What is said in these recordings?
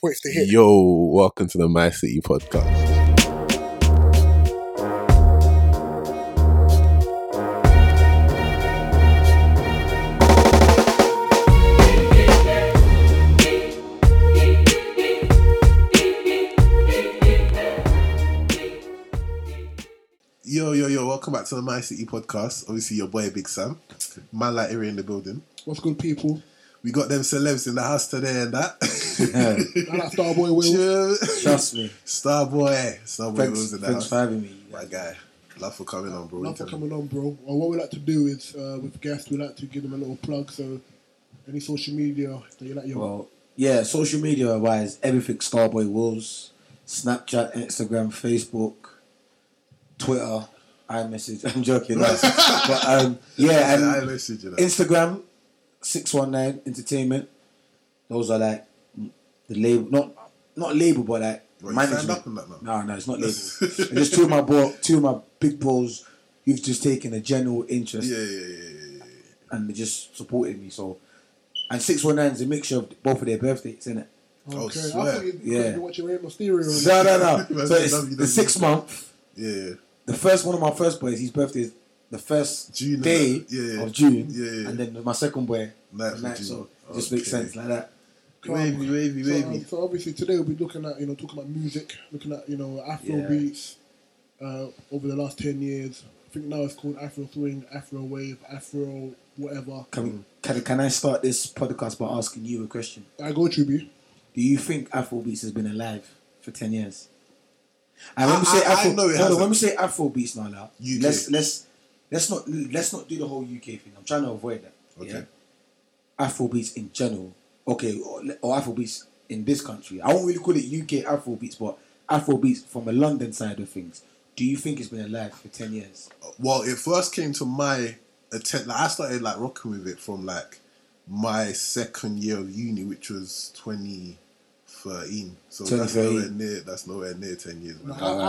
points to hit. Yo, welcome to the My City podcast. Yo, yo, yo, welcome back to the My City podcast. Obviously, your boy Big Sam, Mala Iri in the building. What's good, people? We got them celebs in the house today and that. Shout out Starboy Will. Chill. Trust me. Starboy. Starboy Thanks, was in the thanks house. for having me. My guy. Love for coming on, bro. Love for Internet. coming on, bro. Well, what we like to do is uh, with guests, we like to give them a little plug. So, any social media that you like, your Well, yeah, social media wise, everything Starboy Wills, Snapchat, Instagram, Facebook, Twitter, iMessage. I'm joking. guys. but um, yeah, Yeah, I and messaged you that. Instagram, 619 Entertainment. Those are like the label, not not label, but like Well, you management. signed up on that now? No, no, it's not label. and just two of my bro, two of my big bros, you've just taken a general interest Yeah, yeah, yeah, yeah, yeah. and they just supported me. So, and six one nine is a mixture of both of their birthdays, isn't it? Oh, okay. I swear. thought you Yeah. yeah. watching Rey Mysterio. No, no, no. That's so a it's lovely the six number. month. Yeah, yeah. The first one of my first boys, his birthday is the first June, day isn't it? Yeah, yeah. of June, Yeah, yeah. and then my second boy, Ninth night, of June. so it just makes Okay. sense like that. Wavy, wavy, So, um, wavy. so obviously today we'll be looking at you know talking about music, looking at you know Afro Yeah. beats uh, over the last ten years. I think now it's called Afro swing, Afro wave, Afro whatever. Can, can can I start this podcast by asking you a question? I go tribute. Do you think Afrobeats has been alive for ten years? And when we say I- I Afro, know it hold on, hasn't. when we say Afrobeats now, now UK. let's let's let's not let's not do the whole UK thing. I'm trying to avoid that. Okay. Yeah? Afrobeats in general, okay, or, or Afrobeats in this country. I won't really call it UK Afrobeats, but Afrobeats from a London side of things. Do you think it's been alive for ten years? Uh, Well, it first came to my attempt. Like, I started like rocking with it from like my second year of uni, which was 2013. So that's 2013. nowhere near. That's nowhere near 10 years. No, Man. I, I, I,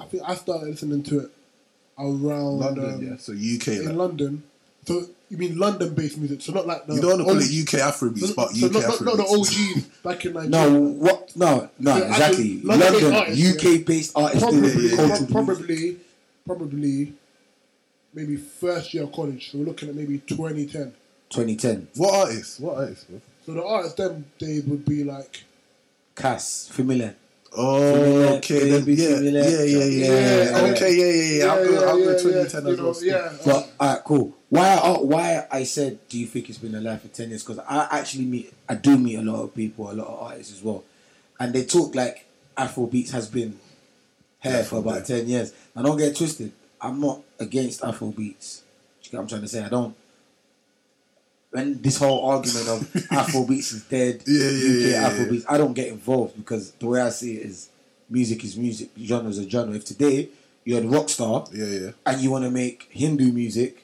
I, I think I started listening to it around London, um, yeah. So UK. in Like, London. So you mean London-based music? So not like the you don't want to call old- it UK Afrobeats, so, but so UK not, Afrobeats. not, not the OGs back in Nigeria. No, what? No, no, Yeah, exactly. actually, London-based London, artists, yeah. UK-based artists. doing probably, cultural prob- music. probably, probably, maybe first year of college. So we're looking at maybe 2010. 2010. What artists? What artists? Bro? So the artists them days would be like Cass, familiar. Oh, okay. Then, Baby, yeah, Similar. yeah, yeah, yeah, Yeah, yeah. Okay, yeah, yeah, yeah. I'll go, I'll go 2010 you as well. know, still. yeah. uh, But all right, cool. Why? I why I said, do you think it's been alive for ten years? Because I actually meet, I do meet a lot of people, a lot of artists as well, and they talk like Afrobeats has been here Yeah, for from about ten years. Now don't get it twisted. I'm not against Afrobeats. Do you get what I'm trying to say? I don't. When this whole argument of Afrobeats is dead, Yeah, yeah, UK yeah, yeah, yeah. Afrobeats, I don't get involved because the way I see it is, music is music, genre is a genre. If today you had Rockstar, Yeah, yeah. and you want to make Hindu music,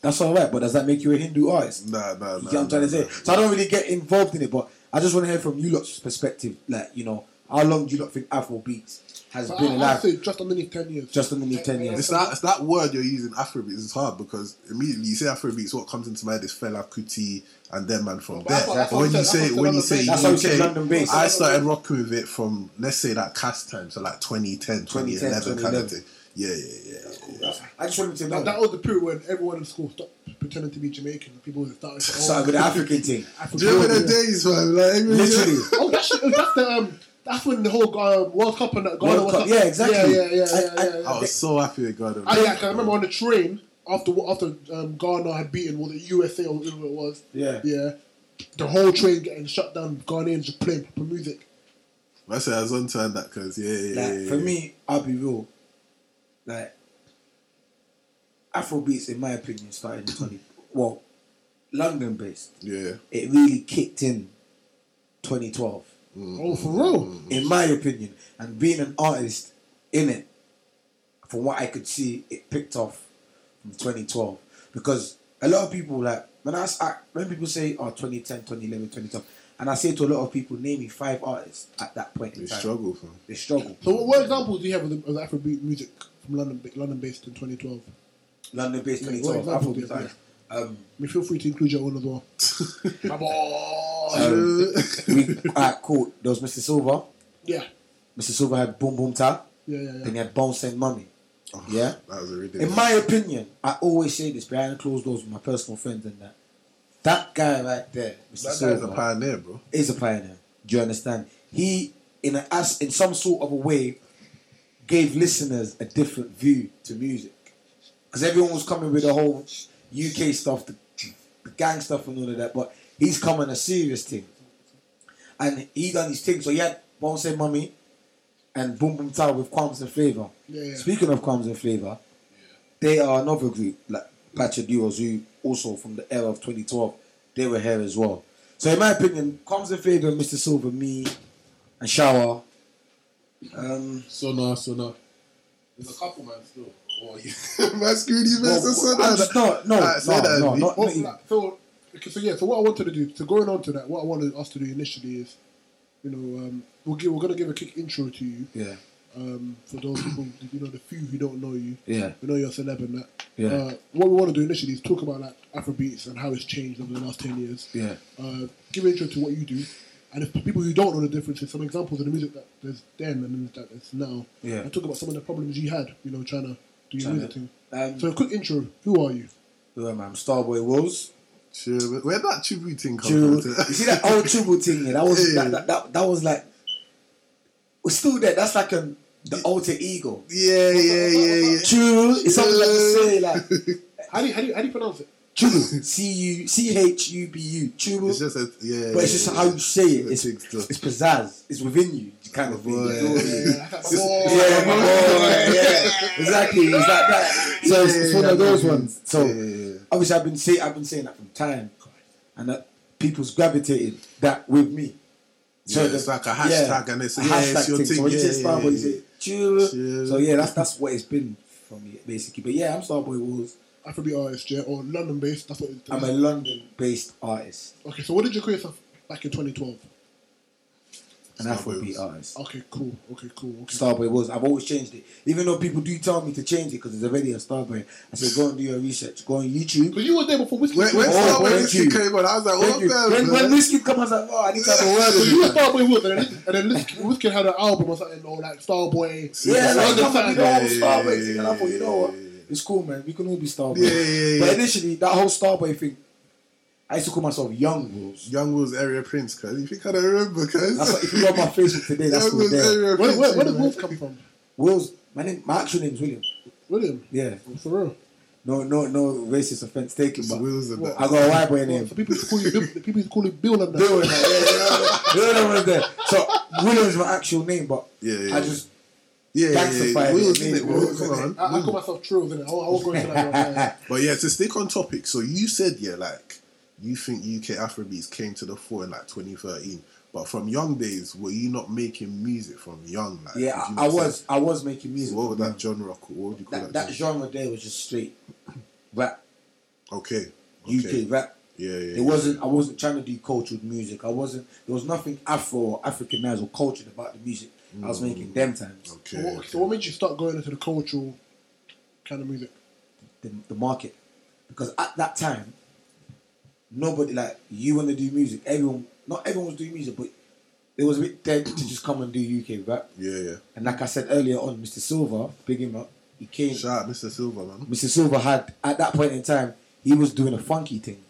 that's all right. But does that make you a Hindu artist? Nah, nah, nah. You get what I'm trying nah, to say? nah. So I don't really get involved in it, but I just want to hear from you lot's perspective. Like, you know, how long do you lot think Afro beats has but I, been I'd alive? say just underneath 10 years. Just underneath 10 years. It's that it's that word you're using, Afrobeats, is hard because immediately you say Afrobeats, what comes into mind is Fela Kuti and them man from But there. that's what- that's But what when you I'm saying, say that's when you what I'm say saying. That's how you say London UK, based. I started rocking with it from let's say that cast time, so like 2010, 2010, 2011 kind of 2011. thing. Yeah, yeah, yeah. I just wanted to know. That, that was the period when everyone in school stopped pretending to be Jamaican. People started to Oh, Started with the African thing. African. Do you remember the days, man? Like, everyone- Literally. Oh, that's, that's the um, that's when the whole um, World Cup and that Ghana World was Cup. up. Yeah, exactly. Yeah, yeah, yeah, I- yeah. I- yeah, yeah. I was so happy with God. I, yeah, 'cause I remember on the train after after um, Ghana had beaten well, the USA or whatever it was. Yeah. yeah. The whole train getting shut down. Ghanaians just playing proper music. I said I was on time that because yeah, yeah, yeah, Like, yeah. for yeah. me, I'll be real. Like, Afro beats, in my opinion, started in 20. Well, London based. yeah. It really kicked in 2012. Oh, for real. in my opinion, and being an artist in it, from what I could see, it picked off from 2012 because a lot of people like when I, s- I- when people say oh 2010, 2011, 2012, and I say to a lot of people, name me five artists at that point in They time. struggle, fam. They struggle. So, what, what examples do you have of, the, of the Afrobeat music from London, London based in 2012? London based Yeah, what 2012 example Afrobeat do you artists. Um, I mean, feel free to include your own as well. My boy. Oh, Uh, Um, we, alright, cool. There was Mr. Silver. yeah, Mr. Silver had Boom Boom Tap. yeah, yeah, yeah. Then he had Bounce and Mummy. Oh, Yeah. that was a ridiculous. In my opinion, I always say this behind closed doors with my personal friends and that. That guy right there, Mr. that guy's Silver, a pioneer, bro. is a pioneer. Do you understand? He, in a, as in some sort of a way, gave listeners a different view to music because everyone was coming with the whole UK stuff, the, the gang stuff, and all of that. But he's coming a serious thing, and he done his thing. So he had Bounce Say Mummy and Boom Boom Tower with Qualms and Flavor. Yeah, yeah. Speaking of Qualms and Flavor, they are another group like Batch of Duos who also from the era of 2012. They were here as well. So in my opinion, Qualms and Flavor, Mr Silver, me, and Shower. Um, So no, so no. There's a couple man still. Oh, yeah. Man, screwed you, man. Well, So, so I'm that- just not- no, Alright, say no, that, no, Lee. not- Well, Mate. like, so, okay, so yeah, so what I wanted to do, so going on to that, what I wanted us to do initially is, you know, um, we'll give, we're going to give a quick intro to you. yeah, Um, for those people, you know, the few who don't know you, yeah, we know you're a celeb and that. Yeah. Uh, what we want to do initially is talk about like Afrobeats and how it's changed over the last ten years. yeah. Uh, give an intro to what you do, and if people who don't know the differences, some examples of the music that there's then and that there's now. Yeah. And talk about some of the problems you had, you know, trying to do your Tryna- music thing. Um, So a quick intro. Who are you? who am I? I'm Starboy Wills. Sure, but where'd that tribute thing come Ju- from? you see that old Chubu thing? Yeah, that was Yeah. That, that, that, that was like was still there. That's like an the alter ego. yeah, yeah, yeah, yeah. Churu, it sounds like you say like How do you, how do you, how do you pronounce it? Churu, C U C H U B U, Churu. It's just a yeah. but it's just how you say it. It's, It's just- it's pizzazz. It's within you, kind of thing. Boy. You know what I mean? Yeah, that's like, Yeah, "Whoa." my boy, yeah. exactly. It's like that. So it's, it's Yeah, one of yeah, those yeah. ones. So Yeah, yeah, yeah. obviously, I've been say, I've been saying that from time, and that people's gravitated that with me. Yeah, it's like a hashtag and it's- a yeah, it's hashtag your thing, So when you yeah, say yeah, Starboy, you yeah. say chill. Chill. So yeah, that's that's what it's been for me basically. But yeah, I'm Starboy Wolves. Afrobeat artist, yeah, or London based. That's what it is. I'm a London-based artist, okay, so what did you call yourself back in 2012? an Starboy Afrobeat Wolves. artist. Okay, cool. Okay, cool. Okay. Starboy was. I've always changed it, even though people do tell me to change it because there's already a Starboy. I said, go and do your research. Go on YouTube. Because you were there before Whiskey. When, when Came Oh, Starboy thank Whiskey you. came on, I was like, Thank what you. the when, hell, when man? this kid comes, I was like, oh, I need to have a word out. So with you were you. Starboy Wolf, and then, and then Whiskey, Whiskey had an album or something, or like Starboy. Yeah, London like, come on, Sound. you know, Yeah, I'm yeah, Starboy. yeah, thing. And I thought, you know what? yeah, yeah. It's cool, man. We can all be Starboy. Yeah, yeah, But yeah. initially, that whole Starboy thing, I used to call myself Young Wolves. Young Will's area prince, cause you think I don't remember, cause That's like, if you go on my Facebook today, that's Young still Will's there. area Where, prince. where, where did man. Wolf come from? Wills, my name, my actual name is William. William. Yeah. For real. No, no, no racist offense taken, It's but Will's a bit- I got a white boy name. So people used to call you Bill, people used to call you Bill and that. Bill and that, yeah, you know, you know what I'm saying? So William's my actual name, but Yeah, yeah, I yeah. just Yeah, yeah, yeah. Gangsterfied, Will's yeah, in it, yeah, bro. Will's Come in it. on. I, I call myself Trills, innit? I won't I won't go into that one. yeah. But yeah, to stick on topic, so you said yeah, like you think UK Afrobeats came to the fore in like 2013, but from young days, were you not making music from young? Like, yeah, did you I, I not was say- I was making music. So what would that genre? call- What would you call that, that? that genre? genre there was just straight rap, Okay. UK okay. rap. Yeah, yeah. yeah. It wasn't. I wasn't trying to do cultured music. I wasn't. There was nothing Afro or Africanized or cultured about the music I was making Mm. them times. So, Okay. what, so what made you start going into the cultural kind of music? The, the market, because at that time, nobody like you want to do music. Everyone, not everyone was doing music, but it was a bit dead to just come and do UK rap. yeah, yeah. And like I said earlier on, Mr. Silver, big him up. He came. Shout out Mr. Silver, man. Mr. Silver had at that point in time, he was doing a funky thing.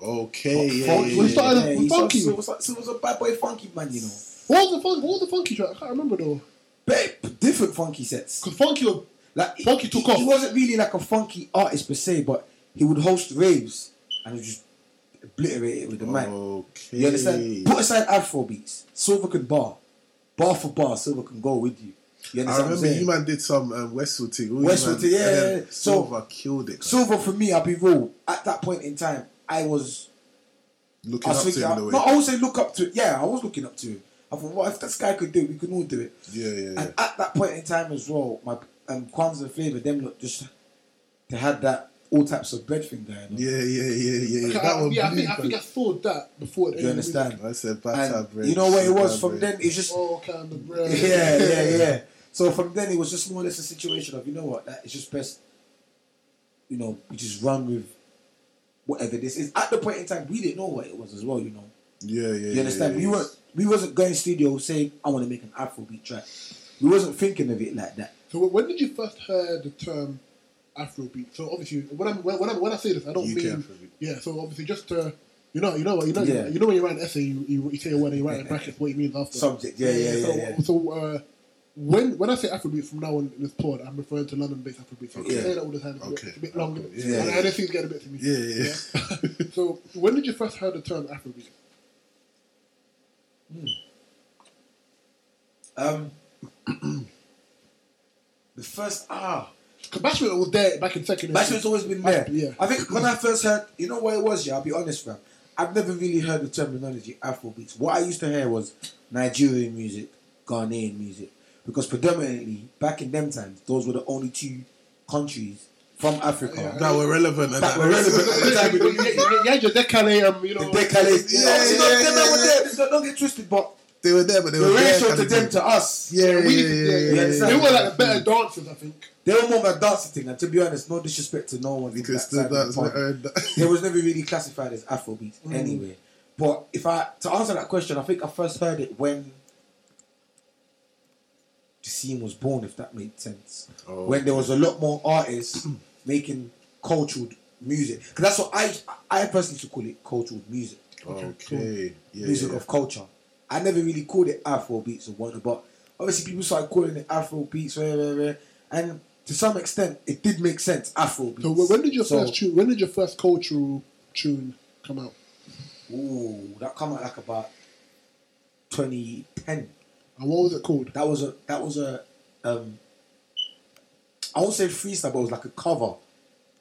Okay, yeah, yeah, funky. yeah, We yeah. started- yeah, with he funky. Silver, Silver's a bad boy funky man, you know. What was the fun, what was the funky track? I can't remember though. But different funky sets. Because funky was Like Funky took he, off. He wasn't really like a funky artist per se, but he would host raves and he just obliterate it with the mic. Okay. You understand? Put aside Afro beats. Silver can bar, bar for bar. Silver can go with you. You I understand? what I'm remember saying? you man did some um, Westwood thing. All you man- Westwood thing, yeah, and yeah, then yeah. So- Silver killed it. man. Silver for me, I'll be real. At that point in time, I was Looking I up was to thinking, him in a way. no, I would say look up to it. Yeah, I was looking up to him. I thought, well, if this guy could do it, we can all do it. Yeah, yeah, yeah. And at that point in time as well, my um, Kwams and Flavor, them look just they had that all types of bread thing going on. Yeah, yeah, yeah, yeah. yeah. Okay, That I- one yeah, I blew, think I think I man. saw that before. Do you understand? I said batter And bread. you know what it was batter from bread. then? It's just Oh, kind of bread. yeah, yeah, yeah. So from then it was just more or less a situation of you know what, that it's just best. You know, we just run with whatever this is. At the point in time, we didn't know what it was as well. You know, Yeah, yeah. You understand? we weren't we wasn't going studio saying I want to make an Afrobeat track. We wasn't thinking of it like that. So wh- when did you first hear the term Afrobeat? So obviously, when I'm when, when, I'm, when I say this, I don't UK mean Afrobeat. yeah. So obviously, just to, you know, you know what you know, Yeah. you know when you write an essay, you, you, you say a word and you write in brackets what it means after Subject, yeah, yeah, yeah, So, yeah. so uh, when when I say Afrobeat from now on in this pod, I'm referring to London-based Afrobeat. So I Yeah. say that all the time. It's a bit- Okay. It's a bit long. Okay. Yeah, Yeah, and, yeah. and this thing's getting a bit to me. Yeah, yeah, yeah. so when did you first hear the term Afrobeat? Um, the first ah, Because Bashment was there back in second. Bashment's always been there. Yeah. I think when I first heard, you know what it was. Yeah, I'll be honest, fam. I've never really heard the terminology Afrobeats. What I used to hear was Nigerian music, Ghanaian music, because predominantly back in them times, those were the only two countries from Africa. Yeah. That were relevant. and That were relevant at the time. you, you- you had your Decale, um, you know. The Decalage, Yeah, yeah, yeah, yeah, yeah, yeah, Don't, don't get twisted, but They were there, but they the were there. ratio kind to of them thing. to us, Yeah, yeah, we- yeah, yeah, yeah, yeah, yeah, it's yeah. They were like the Yeah. better dancers, I think. they were more of a dancing thing. And to be honest, no disrespect to no one from Because that side that, of the that's pond. not uh, earned that. It was never really classified as Afrobeat Mm. anyway. But if I to answer that question, I think I first heard it when the scene was born, if that made sense. Oh, when there was a lot more artists making cultural music, because that's what I I personally used to call it cultural music, Okay. Yeah, music yeah. of culture. I never really called it Afrobeats or whatnot, but obviously people started calling it Afrobeats, rah, rah, rah, and to some extent it did make sense. Afrobeats. So when did your So- first tune? When did your first cultural tune come out? Ooh, that come out like about 2010. And what was it called? That was a that was a um I won't say freestyle, but it was like a cover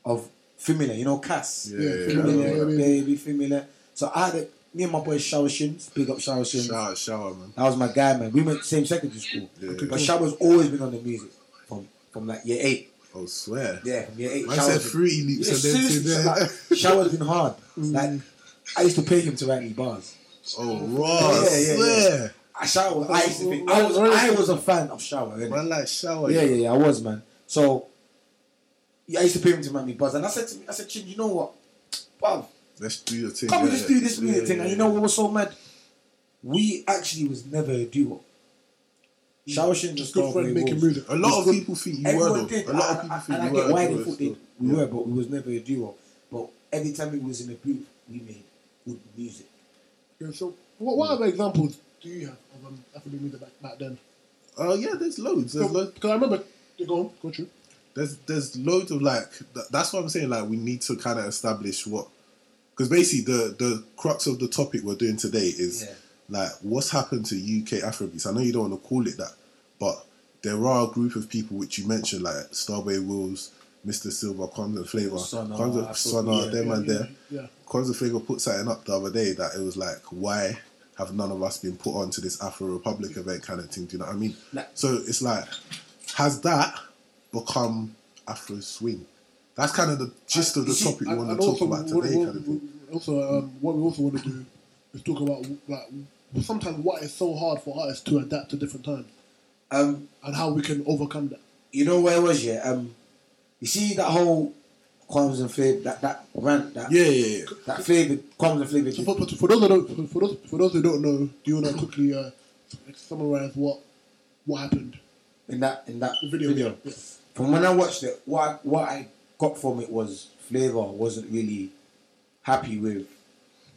of Femile, you know, Cass. Yeah, yeah, yeah, Femile, yeah, yeah. baby, Femile. So I had a, me and my boy Shower Shins, big up Shower Shins. Shower, shower, man. That was my guy, man. We went to the same secondary school. Yeah. But Shower's always been on the music from from like year eight. I swear. Yeah, from year eight. Man Shower's said been- three leaps yeah, and then two seriously, there. like, Shower's been hard. Like I used to pay him to write me bars. Oh, raw. Yeah, I yeah, yeah. swear. I shower. I used to think I was I was a fan of shower. innit? Man, like shower. Yeah, yeah, yeah. I was man. So yeah, I used to pay him to make me buzz, and I said to me, I said, Chin, you know what, bruv, Let's do your thing. come and yeah, just do this yeah. music Yeah, thing. yeah, And you yeah. know what was so mad? We actually was never a duo. Shower Mm. Shin just Good got friend away making with- music. A lot It's of good. people think you were Everyone though. did. A lot of I- people I- think and you I were. get why though, they thought they, still. we were, but we was never a duo. But every time we was in a booth, we made good music. Yeah, so what, what other examples do you have of um, Afrobeat music back, back then? Oh yeah, there's loads. There's Because loads. I remember, go on, go through. There's there's loads of like. Th- that's what I'm saying. Like we need to kind of establish what, because basically the the crux of the topic we're doing today is Yeah. like what's happened to UK Afrobeats. I know you don't want to call it that, but there are a group of people which you mentioned like Starboy Wills, Mr. Silver, Kwanzaa Flavor, Sonar, Kwanzaa Afrobeat, Sonar, yeah, them yeah, and yeah, there. yeah. Kwanzaa Flavor put something up the other day that it was like why. Have none of us been put onto this Afro Republic event kind of thing? Do you know what I mean? Like- so it's like has that become Afro swing? That's kind of the gist of You the see, topic we and- want and to talk also about what- today. what- Kind of thing. Also, um, what we also want to do is talk about like sometimes why it's so hard for artists to adapt to different times Um, and how we can overcome that. you know where it was yeah? Um, you see that whole Qualms and Flavor that that rant that Yeah, yeah, yeah. that flavored Qualms and Flavor. So for, for, for those who don't, for those for those who don't know, do you want to quickly uh, summarize what what happened? in that in that The video, video. yeah. From when I watched it, what I, what I got from it was Flavor wasn't really happy with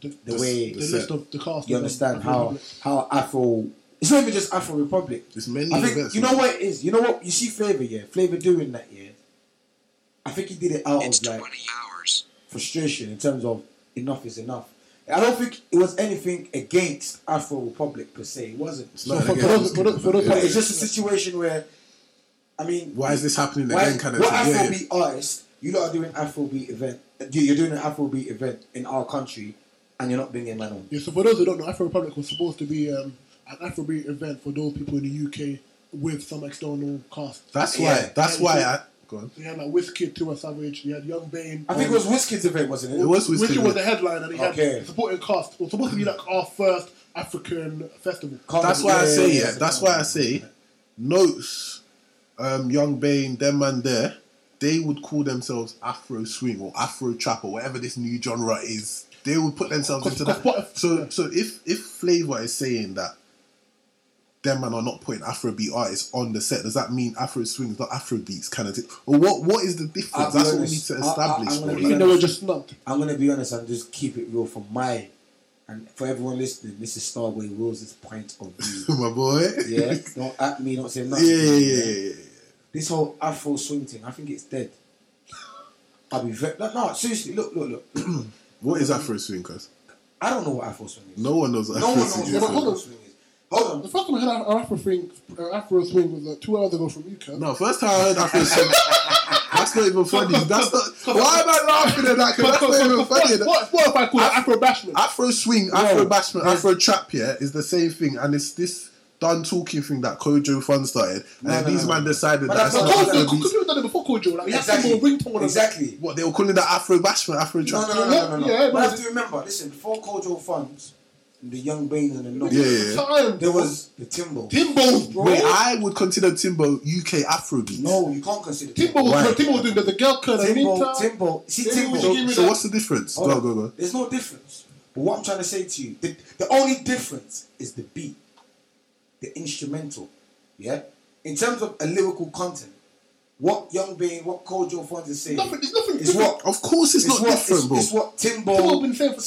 The, the the way the list set. of the cast. you of, um, understand Afro how Republic. how Afro. It's not even just Afro Republic. There's many I think events. you know what it is. You know what you see Flavor yeah. Flavor doing that yeah. I think he did it out It's of like 20 hours. frustration in terms of enough is enough. I don't think it was anything against Afro Republic per se. It wasn't. It's So not for- again, for those- it's for those- for those- yeah, But yeah. it's just a situation where, I mean, why is this happening why- again? Kind of what thing. Yeah, yeah. Afrobeat artist? You lot are doing Afrobeat event. you- You're doing an Afrobeat event in our country, and you're not bringing man on. Yeah, so for those who don't know, Afro Republic was supposed to be um, an Afrobeat event for those people in the UK with some external cast. That's why. Yeah. That's Yeah, why. you see- I, go on. They had like Wizkid, Tua Savage. They had Young Bane. um, I think it was Wizkid's event, wasn't it? It was Wizkid Wizkid. was the headline, and he Okay. had supporting cast. It was supposed to be like our first African festival. Can't- That's why I say. yeah, Yeah. yeah. That's why I say. Notes, um, Young Bane, them and there, they would call themselves Afro swing or Afro trap or whatever this new genre is. they will put themselves into Cause- that. cause what- so so if if Flavor is saying that them man are not putting Afrobeat artists on the set, does that mean Afro swing is not Afrobeats kind of thing? Or what what is the I'll difference? be That's what we honest. need to I- I- establish. I'm gonna bro. I be Like, think they were just snubbed. I'm gonna be honest and just keep it real for my and for everyone listening. This is Starboy Will's point of view. my boy. yeah, don't at me, don't say Yeah, nothing. yeah, yeah, yeah, yeah. This whole Afro swing thing, I think it's dead. I'll be very no, no, seriously. Look, look, look. What is Afro swing? Cause I don't know what Afro swing is. no one knows what no Afro one knows swing is. what but hold Afro on. swing is. Hold The on. first time I heard an Afro swing, an Afro swing was like two hours ago from you, Kev. No, first time I heard Afro swing. That's not even funny. That's not. Why am I laughing at that? 'Cause that's not even funny. What, what, what if I call it Afro bashment? Afro swing, Afro bashment, Afro trap, yeah, is the same thing, and it's this done talking thing that Kojo Fun started, and No, then no, these no, man decided But that that's it's But not- not Kojo, Afro because beats. people done it before Kojo. Like, you have Exactly. some more ringtone on Exactly. What they were calling that Afro bashment, Afro No, trap. no, no, no, no, no. Yeah, but I but- have to remember. Listen, before Kojo Funds, the Young Banes and the Knock, Yeah, yeah. the time. there was the Timbo. Timbo's, bro. Wait, I would consider Timbo UK Afro beats. No, you can't consider Timbo was, Why? Timbo was doing the, the girl cut. Timbo, Timbo. See, Timbo, Timbo. you So, give me so that- what's the difference? Hold Go, on. go, go. There's no difference. But what I'm trying to say to you, the, the only difference is the beat, the instrumental. Yeah? In terms of a lyrical content, what Young Bane, what Kojo Fonz is saying, Nothing, there's nothing. It's what- Of course, it's, it's, not what, different, it's, bro. it's what Timbo, Timbo been saying for time.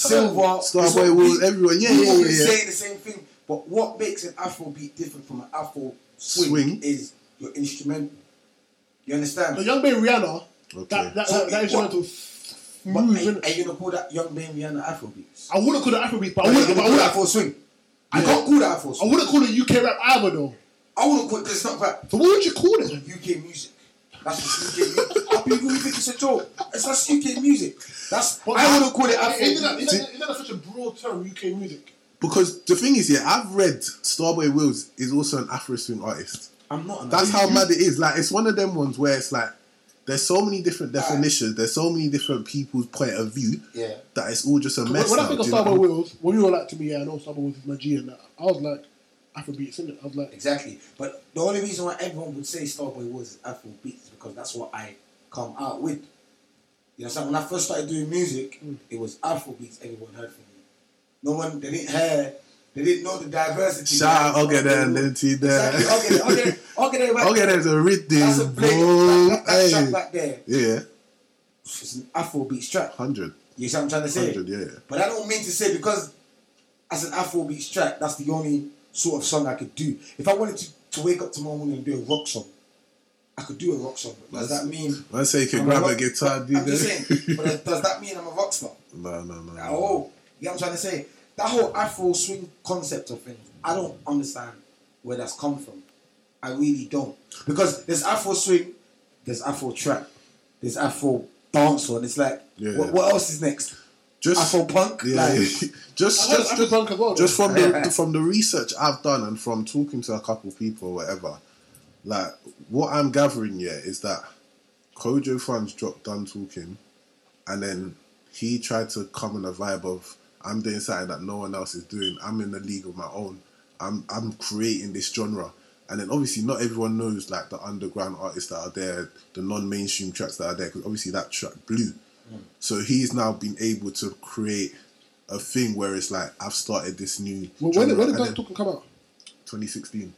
Silver, Starboy Will, everyone. Yeah, yeah, yeah, yeah. saying the same thing. But what makes an Afro beat different from an Afro swing, Swing. is your instrumental. You understand? The young man Rihanna, Okay. that, that, So that, that it- instrumental But moves, are, innit? are you gonna call that Young Bane Rihanna Afro beats? I wouldn't call it Afrobeat, but I I wouldn't, wouldn't I call that wouldn't, full swing. I can't call that full I swing. wouldn't call it UK rap either, though. I wouldn't call it because it's not about So what would you call it? UK music. That's just UK music. Our people who think it's a joke. It's that's UK music. That's I wouldn't call it Afro. Isn't that, beats. isn't, that, isn't that such a broad term, UK music? Because the thing is, yeah, I've read Starboy Wills is also an Afro swing artist. I'm not. An That's how mad it is. Like it's one of them ones where it's like there's so many different definitions, there's so many different people's point of view Yeah. that it's all just a When, mess. when I now, think of do you know what Starboy I mean? Wills, when you were like to me, yeah, I know Starboy Wills is my G and that, I was like, Afrobeats, innit? I was like, Exactly. But the only reason why everyone would say Starboy was Afro beats is because that's what I come out with. You understand? When I first started doing music, it was Afro beats everyone heard from me. No one they didn't hear they didn't know the diversity. Shout out behind Ogre there, Starboy Wills. Linty Exactly. Okay, there. okay, okay, there, right Okay, there. there's a That's a rhythm, play. bro. That, that, that track Hey. back there. Yeah, It's an Afrobeat track. 100. You see what I'm trying to say? 100, yeah, yeah. But I don't mean to say because as an Afrobeat track, that's the only sort of song I could do. If I wanted to, to wake up tomorrow morning and do a rock song, I could do a rock song. But does that mean When I say you can I'm grab rock- a guitar, do I'm just that. saying. But Oh, does- does that mean I'm a rock star? No, no, no. at no. all. You know what I'm trying to say? That whole Afro swing concept of things, I don't understand where that's come from. I really don't. Because there's Afro swing, there's Afro trap, there's Afro dancehall, and it's like, Yeah, what, yeah. what else is next? Just, Afro punk? yeah, like, yeah. just, I heard just, just, Afropunk as well. just from the from the research I've done and from talking to a couple people or whatever, like what I'm gathering here is that Kojo Funds dropped Done Talking and then he tried to come in a vibe of I'm doing something that no one else is doing. I'm in the league of my own. I'm I'm creating this genre. And then obviously not everyone knows like the underground artists that are there, the non-mainstream tracks that are there, because obviously that track blew. So he's now been able to create a thing where it's like I've started this new. Well, when, did- genre, when did and that then talking come out? 2016.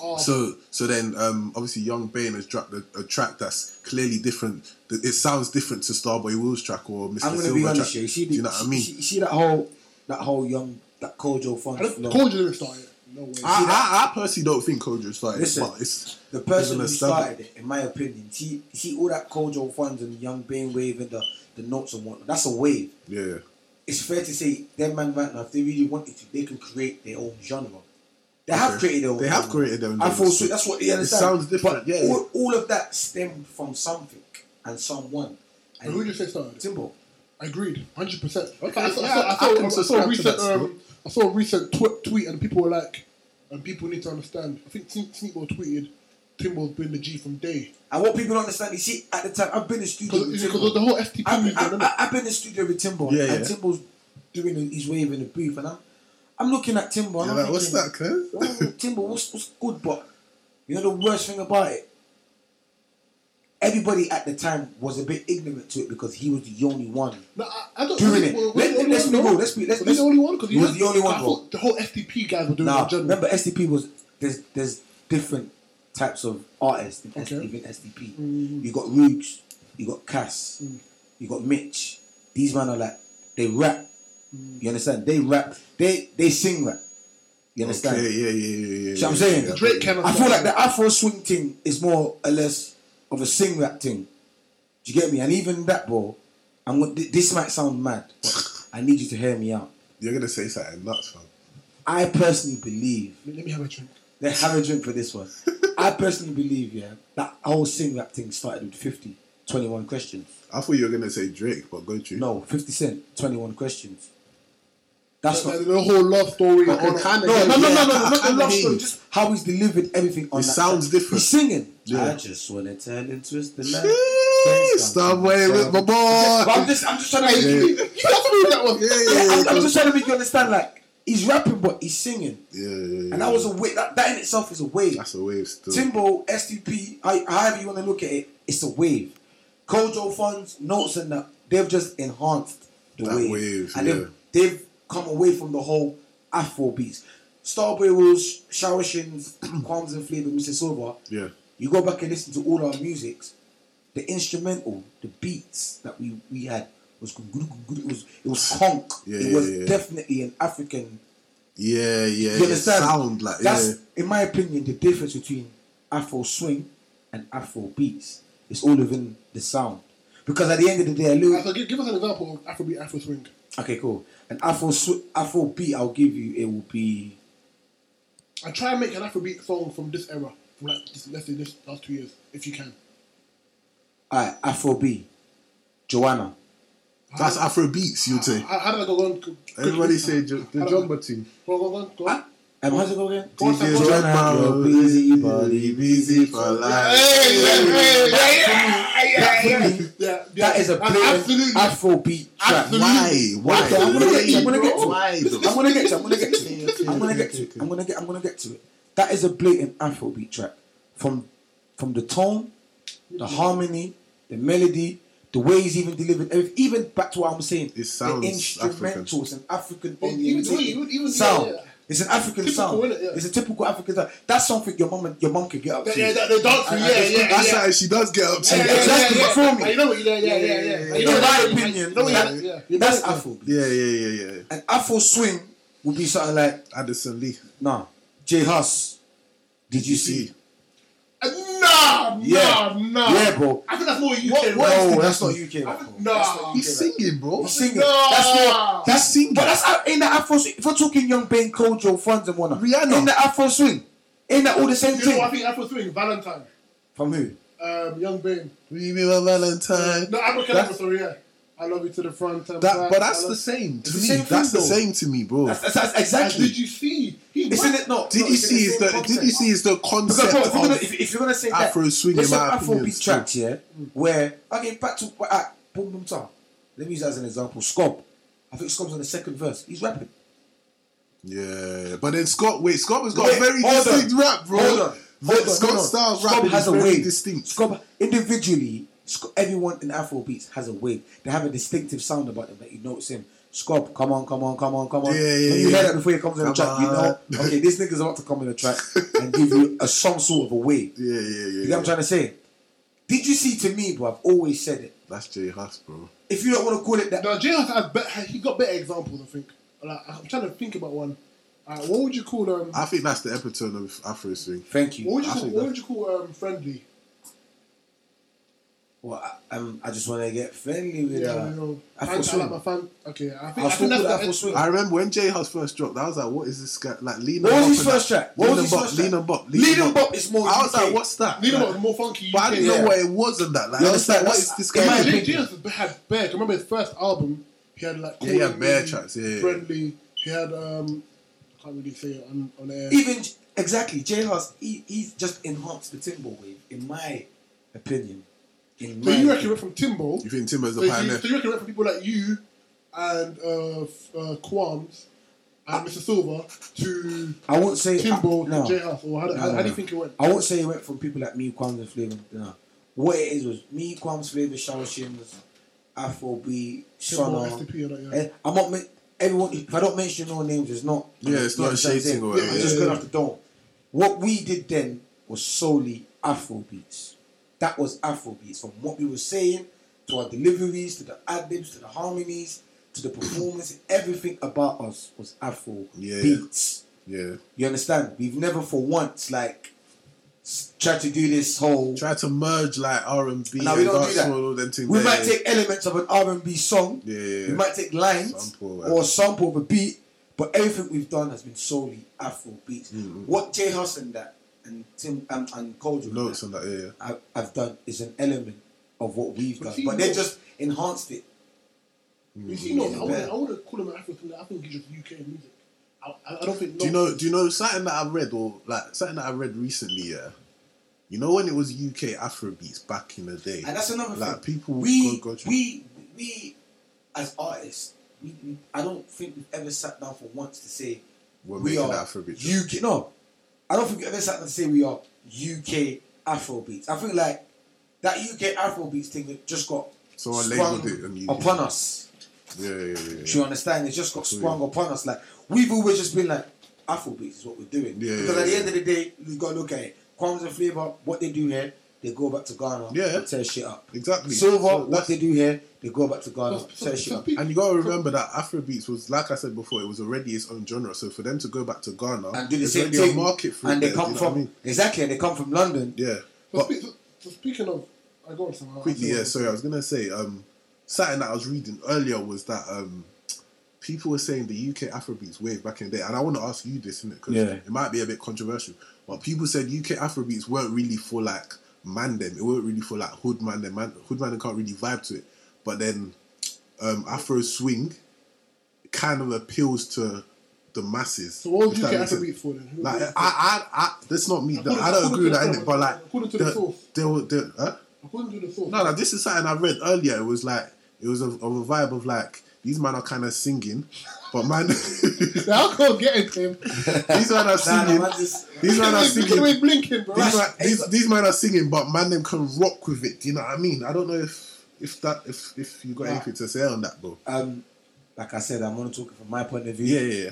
Oh, So so then um, obviously Young Bane has dropped a, a track that's clearly different. Th- It sounds different to Starboy Will's track or Mr. I'm going to Silver be honest track. with you. You see, Do you know the- what I mean? see- You see that whole, that whole young, that Kojo funk. I don't, flow? Kojo didn't start it. No way. Ah. I, I, I personally don't think Kojo started, Listen. but it's The person Even who a stab- started it, in my opinion, see, see all that Kojo funds and the Young Bane wave and the, the notes and whatnot. That's a wave. yeah. it's fair to say them man right now, if they really wanted to, they can create their own genre. They have Okay. created their own. They have created their own I feel genre. so. That's what they It understand. sounds different, But yeah, all, all of that stemmed from something and someone. But who did you say started? Timbo. Agreed, hundred percent. Okay, I saw, yeah, I I saw, I saw, I saw can a subscribe to recent, that still. um, I saw a recent tw- tweet, and people were like, and people need to understand. I think Sne- Sneakball tweeted, Timbo's been the G from day And what people don't understand, you see, at the time, I've been in the studio with because Timbo. the whole FTP I've, movement, I've, innit? I've been in the studio with Timbo, Yeah, and yeah. Timbo's doing his wave in the booth, and I'm, I'm looking at Timbo. And You're I'm like, what's thinking, that, cuz? Oh, Timber, what's, what's good, but you know the worst thing about it? everybody at the time was a bit ignorant to it because he was the only one No, I, I don't doing think- it. well, was Let- he the only let's one, be though? real. Let's be. Let's, Was he the only one? Because He was the only one, I bro. thought the whole FTP guys were doing it Now, in general. remember, SDP was there's there's different types of artists in Okay. okay. Mm-hmm. even SDP. You got Roogs, you got Cass, you got Mitch. These men are like they rap. You understand? They rap. They they sing rap. You understand? Okay, yeah, yeah, yeah, yeah. See what I'm yeah, saying? yeah, Drake yeah. came I feel like the Afro swing thing is more or less of a sing rap thing. Do you get me? And even that, bro, I'm gonna, th- this might sound mad, but I need you to hear me out. You're gonna say something nuts, fam. I personally believe Let me have a drink. They have a drink for this one. I personally believe, yeah, that whole sing rap thing started with 50, 21 questions. I thought you were gonna say Drake, but go to No, 50 Cent, 21 questions. That's Like, not. the whole love story. But and all it that. kinda No, no, no, no, no, Yeah, not the I- I love hear story. you. Just how he's delivered everything on It that sounds track. different. He's singing. Yeah. I just want to tell him twist the Jeez, Stop waiting with my But I'm boy. just, I'm just trying to make Yeah. you. You definitely did that one. Yeah, yeah, I'm, yeah, I'm go- just trying to make you understand. Like he's rapping, but he's singing, yeah, yeah, yeah. and that was a way. That, that in itself is a wave. that's a wave still. Timbo, SDP, I- however you want to look at it, it's a wave. Kojo funds, notes, and that they've just enhanced the That wave. wave, and yeah. they've, they've come away from the whole Afro beats. Starboy Rules, Shower Shins, Qualms and Flavor, Mr. Silver. yeah, You go back and listen to all our musics, the instrumental, the beats that we, we had was good, good, good, good. it was it was conk. Yeah, it yeah, was yeah. definitely an African yeah, yeah. you yeah. understand? Sound like That's, yeah. in my opinion, the difference between Afro swing and Afro beats. It's all within the sound. Because at the end of the day, a Uh, little, So give, give us an example of Afrobeat, Afro swing. okay, cool. An Afro sw- Afro beat, I'll give you. It will be And try and make an Afrobeat song from this era, from like this, let's say this last two years, if you can. alright, Afro beat, Joanna. That's Afro beats, you'd say. How, how did I go on? Go- Everybody go- say J- the How- Jumba team. Go on, go on, go on. Huh? And how's Um, it go again? Go on, DJ go on. Joanna, Jumba, you're busy, busy, buddy, busy for life. Hey, hey, hey, hey, That, for me, yeah, yeah. that is a That's blatant absolutely. Afro beat track. Absolutely. Why? Why? Okay, I'm gonna get you, I'm gonna get you. Why? I'm though? gonna get to it. I'm gonna get Okay, to it. okay, I'm gonna okay, get to it. okay. I'm gonna get. I'm gonna get to it. That is a blatant Afrobeat track, from from the tone, the harmony, the melody, the way he's even delivered. everyth- Even back to what I'm saying, It sounds the instrumentals and African Even- even- even- even- oriented yeah, sound. yeah. It's an African Typical, sound. innit? Yeah. It's a typical African sound. That's something your mum and your mum could get up Yeah, to. yeah, that- the dance, And- yeah, and it's yeah, good- yeah. That's how she does get up Yeah, to. yeah, it. yeah, Exactly, yeah. before me. I know what you yeah, yeah, yeah, yeah. yeah, I In know my what you- opinion, I know what you- that- yeah. You know that's what you- Afrobeat. Yeah, yeah, yeah, yeah. An Afro swing would be something like Addison Lee. nah, J Huss. Did you see? Nah, Yeah. nah, nah. Yeah, bro. I think that's more UK. What, right? No, what no, that's that's not UK. rap, bro. Nah. That's not UK He's rap. singing, bro. He's singing. No. That's not. That's That's singing. but that's out in the Afro. Swing. If we're talking Young Bane, Kojo, Funds, and whatnot, Rihanna. in the Afro swing, ain't that all the same You know thing? what I think Afro swing? Valentine, From who? um, Young Bane. We be a Valentine. No, African That's- Afro, sorry, yeah. I love you to the front. And That, back. but I that's love- the same to It's the me. same thing, that's the though. same to me, bro. That's, that's, that's And exactly. did you see? He Isn't it not? did no, you it's in see? Is same the context. did you see? Is the Because concept bro, of if, you're gonna, if, if you're gonna say Afro that, swing, there's in some my Afro opinion, beat still. tracks, yeah, where okay, back to uh, Boom Boom Tom. Let me use that as an example. Scob, I think Scob's on the second verse. He's rapping. yeah, but then Scott. Wait, Scott has got Wait, a very hold distinct on. rap, bro. Hold on. Hold on, Scott hold on. Star's Scob rap has is a very wave. distinct. Scob individually, Sc- everyone in Afrobeats has a wave. They have a distinctive sound about them that you notice him. Scob, come on, come on, come on, come on. Yeah, yeah, when you yeah. hear that before he comes on the Come track, you know, on. okay, this nigga's about to come on the track and give you a some sort of a wave. Yeah, yeah, yeah. You know yeah. what I'm trying to say? Did you see to me, bro? I've always said it. That's Jay Huss, bro. If you don't want to call it that, No, Jay Huss has bet he got better examples. I think. Like, I'm trying to think about one. Uh, what would you call um? I think that's the epitome of Afro swing. thank you. What would you I call, think what that- would you call um friendly? Well, I, um, I just want to get friendly with Yeah, uh, you know, Afro I, I swing. like my fan. Okay, I think, I'll I still think call that's it the Afro swing. I remember when Jay Huss first dropped. I was like, "What is this guy like?" Lean What and Bop was his and first that. track? What Lean was and his Bop, first Lean track? and Bop, Lean and Bop. Bop is more. I was UK. like, "What's that?" Neither Like, one was more funky. But I UK. didn't know Yeah. what it was and that. Like, You I was like, understand? what is this That's- guy? in my doing? Jay, opinion- Jay Huss had bare. Remember his first album? He had like Yeah, he had Calling bare Me, tracks, yeah, yeah. Friendly. He had um, I can't really say it on, on air. even exactly J Hus, he, he's just enhanced the timber wave, in my opinion. In so my you reckon opinion. it from Timbo? You think Timber's So a you, pioneer? so you reckon it from people like you and uh, f- uh Quams and Mr Silver to I won't say Timbo I, no, to Jay Huss? Or how, do- No, how, no, how do no. you think it went? I won't say it went from people like me, Kwame, and Flavor. No, What it is was me, Kwams, Flavor, Shower Shims, Afro B, Timor, Sona. SDP, and that, yeah. Eh, I'm not. men- Everyone, if I don't mention no names, it's not. Yeah, it's you not a understand shade thing what I'm or saying? whatever, I'm just yeah. going off the dome. What we did then was solely Afro beats. That was Afro beats from what we were saying to our deliveries, to the ad libs, to the harmonies, to the performance. everything about us was Afro Yeah. beats. Yeah. You understand? We've never for once like s- tried to do this whole. Try to merge like R and B and No, we don't do dancehall that. and all them things. we yeah, might yeah. take elements of an R and B song. Yeah, yeah, We yeah. might take lines Sample, or sample of a beat, but everything we've done has been solely Afro beats. Mm, What Jay Huss and that and Tim um, and Kojo notes on that. Yeah, have, have done is an element of what we've But done, see, but they no. just enhanced it. You see, no, I Yeah. wouldn't, I wouldn't call him an African. I think he's just UK music. I, I I don't think. No, Do you know? Do you know something that I read or like something that I read recently? Yeah, you know when it was UK Afrobeats back in the day, And that's another like thing. people we go, go through- we we as artists, we, we- I don't think we've ever sat down for once to say were we making are Afrobeats. UK. No, I don't think we've ever sat down to say we are UK Afrobeats. I think like that UK Afrobeats thing that just got so I sprung labeled it and you, upon us. Yeah, yeah, yeah. yeah. Do you understand? It just got Absolutely. sprung upon us. Like we've always just been like Afrobeats is what we're doing. Yeah, because yeah, at the yeah. end of the day, you got to look at it. Kwams and Flavor, what they do here, they go back to Ghana, Yeah. and tear shit up. Exactly. Silver, So what that's- they do here, they go back to uh, Ghana, So- so- tear shit so up. people- And you gotta remember that Afrobeats was, like I said before, it was already its own genre. So for them to go back to Ghana And do the there's same already thing. a market for and it they there, come do you know from what I mean? exactly, and they come from London. yeah. So, But spe- so, so speaking of, I got somewhere. quickly, yeah. Sorry, I was gonna say um, something that I was reading earlier was that um, people were saying the UK Afrobeats wave back in the day, and I want to ask you this, innit? Because Yeah. it might be a bit controversial, but people said UK Afrobeats weren't really for like man them. It weren't really for like hood man them. Man, hood man them can't really vibe to it. But then um, Afro swing kind of appeals to the masses. So what if was UK that makes sense. Afrobeat for then? Who- Like uh, I, I, I, that's not me. According- I don't agree with that, according to innit? But like, According to the source. there were, there, huh? According to the source. No, no, this is something I read earlier. It was like it was of, of a vibe of like these men are kind of singing, but man, these Now I can't get it, Tim. men are Nah, nah, singing. man, just- These men are Look at the way singing. blinking, bro. These man, these, these men are singing, but man, them can rock with it. Do you know what I mean? I don't know if if that if if you got Nah. anything to say on that, bro. um, like I said, I'm only talking from my point of view. Yeah, yeah, yeah.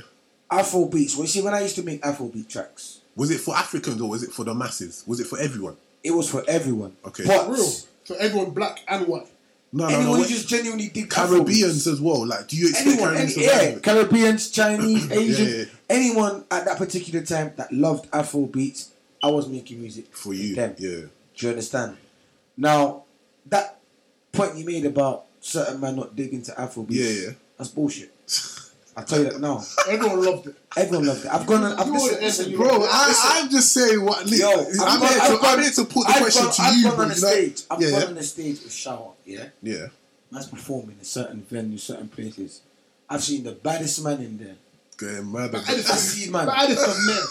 Afro beats. Well, see, when I used to make Afro beat tracks, Was it for Africans or was it for the masses? Was it for everyone? it was for everyone. Okay. but Real. So everyone black and white. No, no, anyone no. who wait. just genuinely did Afro Caribbeans as well. Like, do you expect anyone, Caribbeans to any, yeah, vibe with it? Caribbeans, Chinese, Asian, yeah. anyone at that particular time that loved Afro beats, I was making music for you? Them. Yeah, Do you understand? Now, that point you made about certain man not digging to Afro beats, Yeah, yeah. that's bullshit. I tell you that now. Everyone loved it. Everyone loved it. I've gone. and- I've You listened, were the listen, enemy. Bro, Listen. I, I'm just saying what. Yo, I'm, I've gone- here I've to, I'm gone- here to put the I've question gone- to I've you, gone bro. on the you know? stage. I've yeah, gone yeah, on the stage with shower. Yeah, yeah. man's performing in certain venues, certain places. I've seen the baddest man in there. Going mad. But at it. I see, man. But I just some men.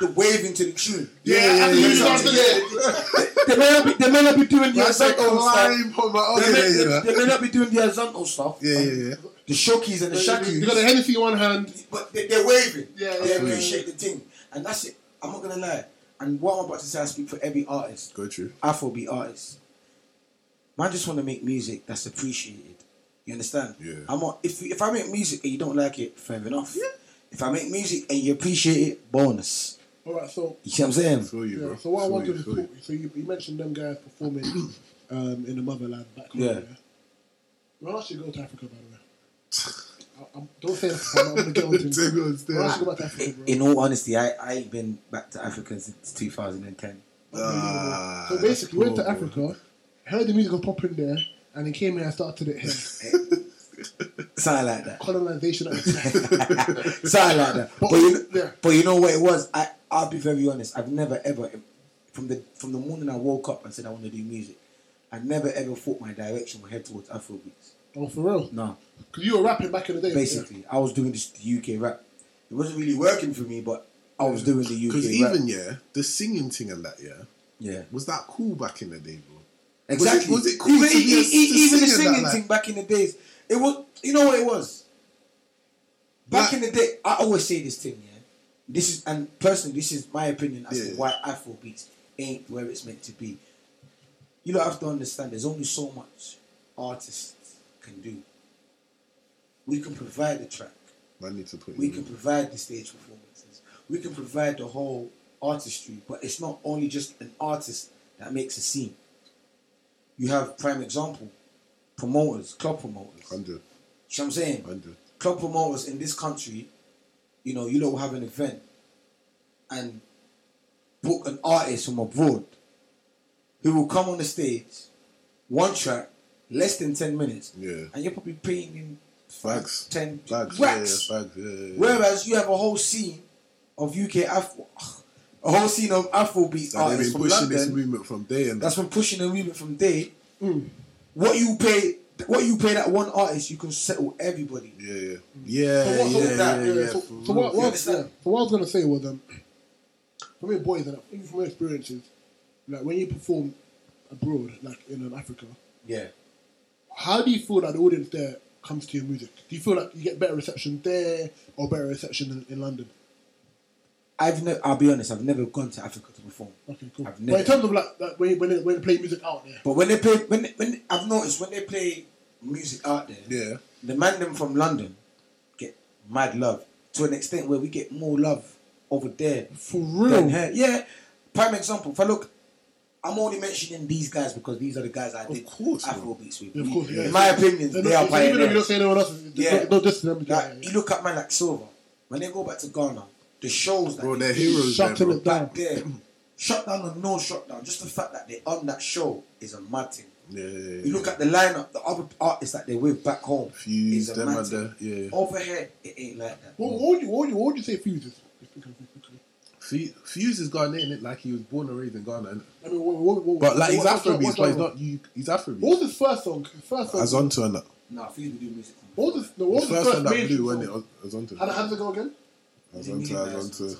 The waving to the tune. Yeah, yeah, and yeah, you yeah. started it. They may not be, they may not be doing the That's like a horizontal stuff. live on my They okay, may, yeah, they, yeah, they may not be doing the horizontal stuff. yeah, yeah, yeah. The shokies and the You got a shakies. Hennessy in one hand. But they, they're waving. Yeah, they yeah, appreciate the thing. And that's it. I'm not going to lie. And what I'm about to say, I speak for every artist, Go true. Afrobeat artist. Man, just want to make music that's appreciated. You understand? Yeah. I'm not, if, if I make music and you don't like it, fair enough. If I make music and you appreciate it, bonus. All right, so You see what I'm saying? Feel you, yeah, bro. so what I Feel wanted you, to feel talk. So you, you mentioned them guys performing um, in the motherland back home. Yeah. Yeah. Well, I should go to Africa, by the way. I, I'm, don't say that. I'm, I'm gonna get on you. to. Take it on stage. Well, I should go back to Africa, bro. In all honesty, I, I ain't been back to Africa since 2010. Unbelievable. Ah, so basically, that's went to cool, Africa, heard the music was popping there, and he came here and started it here. Something like that. Colonization at the time. Something like that. But, But- you, yeah. but you know what it was? I, I'll be very honest. I've never ever, from the from the morning I woke up and said I want to do music, I never ever thought my direction would head towards Afrobeats. Oh, for real? No. Because you were rapping back in the day. Basically, I was doing this the UK rap. It wasn't really working for me, but I was doing the UK Because rap. even yeah, the singing thing and that yeah, yeah. was that cool back in the day, bro? Exactly. was it cool even, to be a- e- e- to even the sing in that, singing like- thing back in the days? It was. You know what it was. Back Like- in the day, I always say this thing. Yeah, this is and personally, this is my opinion as Yeah. to why Afrobeats ain't where it's meant to be. you don't have to understand there's only so much artists can do. We can provide the track. I need to put We in- can provide the stage performances. We can provide the whole artistry, but it's not only just an artist that makes a scene. You have prime example, promoters, club promoters. You know 100, what I'm saying? 100. club promoters in this country, you know, you lot will have an event and book an artist from abroad who will come on the stage, one track, less than 10 minutes, Yeah. and you're probably paying him Facts. 10 Bags, racks. yeah, yeah, bags, yeah, yeah. Whereas you have a whole scene of UK Afro, a whole scene of Afrobeat Like, they've been artists from pushing this London movement from day and that's been pushing the movement from day. What you pay, what you pay that one artist, you can settle everybody. yeah, yeah, yeah, So what- so yeah, that- yeah, yeah, yeah, so- for so real. what- what- Yeah. yeah. So what I was gonna say was, um, for me, boys, and even from my experiences, like when you perform abroad, like in um, Africa, Yeah. how do you feel that the audience there comes to your music? Do you feel like you get better reception there or better reception in, in London? I've never. I'll be honest. I've never gone to Africa to perform. Okay, cool. I've But never- in terms of like, like when, when, they, when they play music out there, But when they play, when they- when I've noticed when they play music out there, yeah, the man them from London get mad love to an extent where we get more love over there for than real, here. Yeah. Prime example. If I look, I'm only mentioning these guys because these are the guys I did course, man. Afrobeats with. Yeah, of course, yeah. In my opinion, They're they not- are so even though you don't pioneers. say anyone else, it's Yeah. not, not just them. Like, yeah, yeah. you look at man like Silver when they go back to Ghana, the shows that bro, they they're do, heroes, there, Shutting bro. it down. back there. Shut down or no shut down. Just the fact that they're on that show is a mad thing. Yeah, yeah, yeah. You look at the lineup, the other artists that they're with back home Fuse, is a them mad and thing. the, yeah. Over here, it ain't like that. What, what, would you, what, would you, what would you say fuses? Fu- Fuse is Ghanaian, innit? Like he was born and raised in Ghana, innit? I mean, what, what, what, But what, like he's what- what- Afrobeat, what but he's genre? not. You, he's What Afrobeat. was his first song? His first song. As on to that. Nah, Fuse do music. What was his, no, The what was his first one first that major blew song? when it was on to. How, how does it go again? As on to, as on to.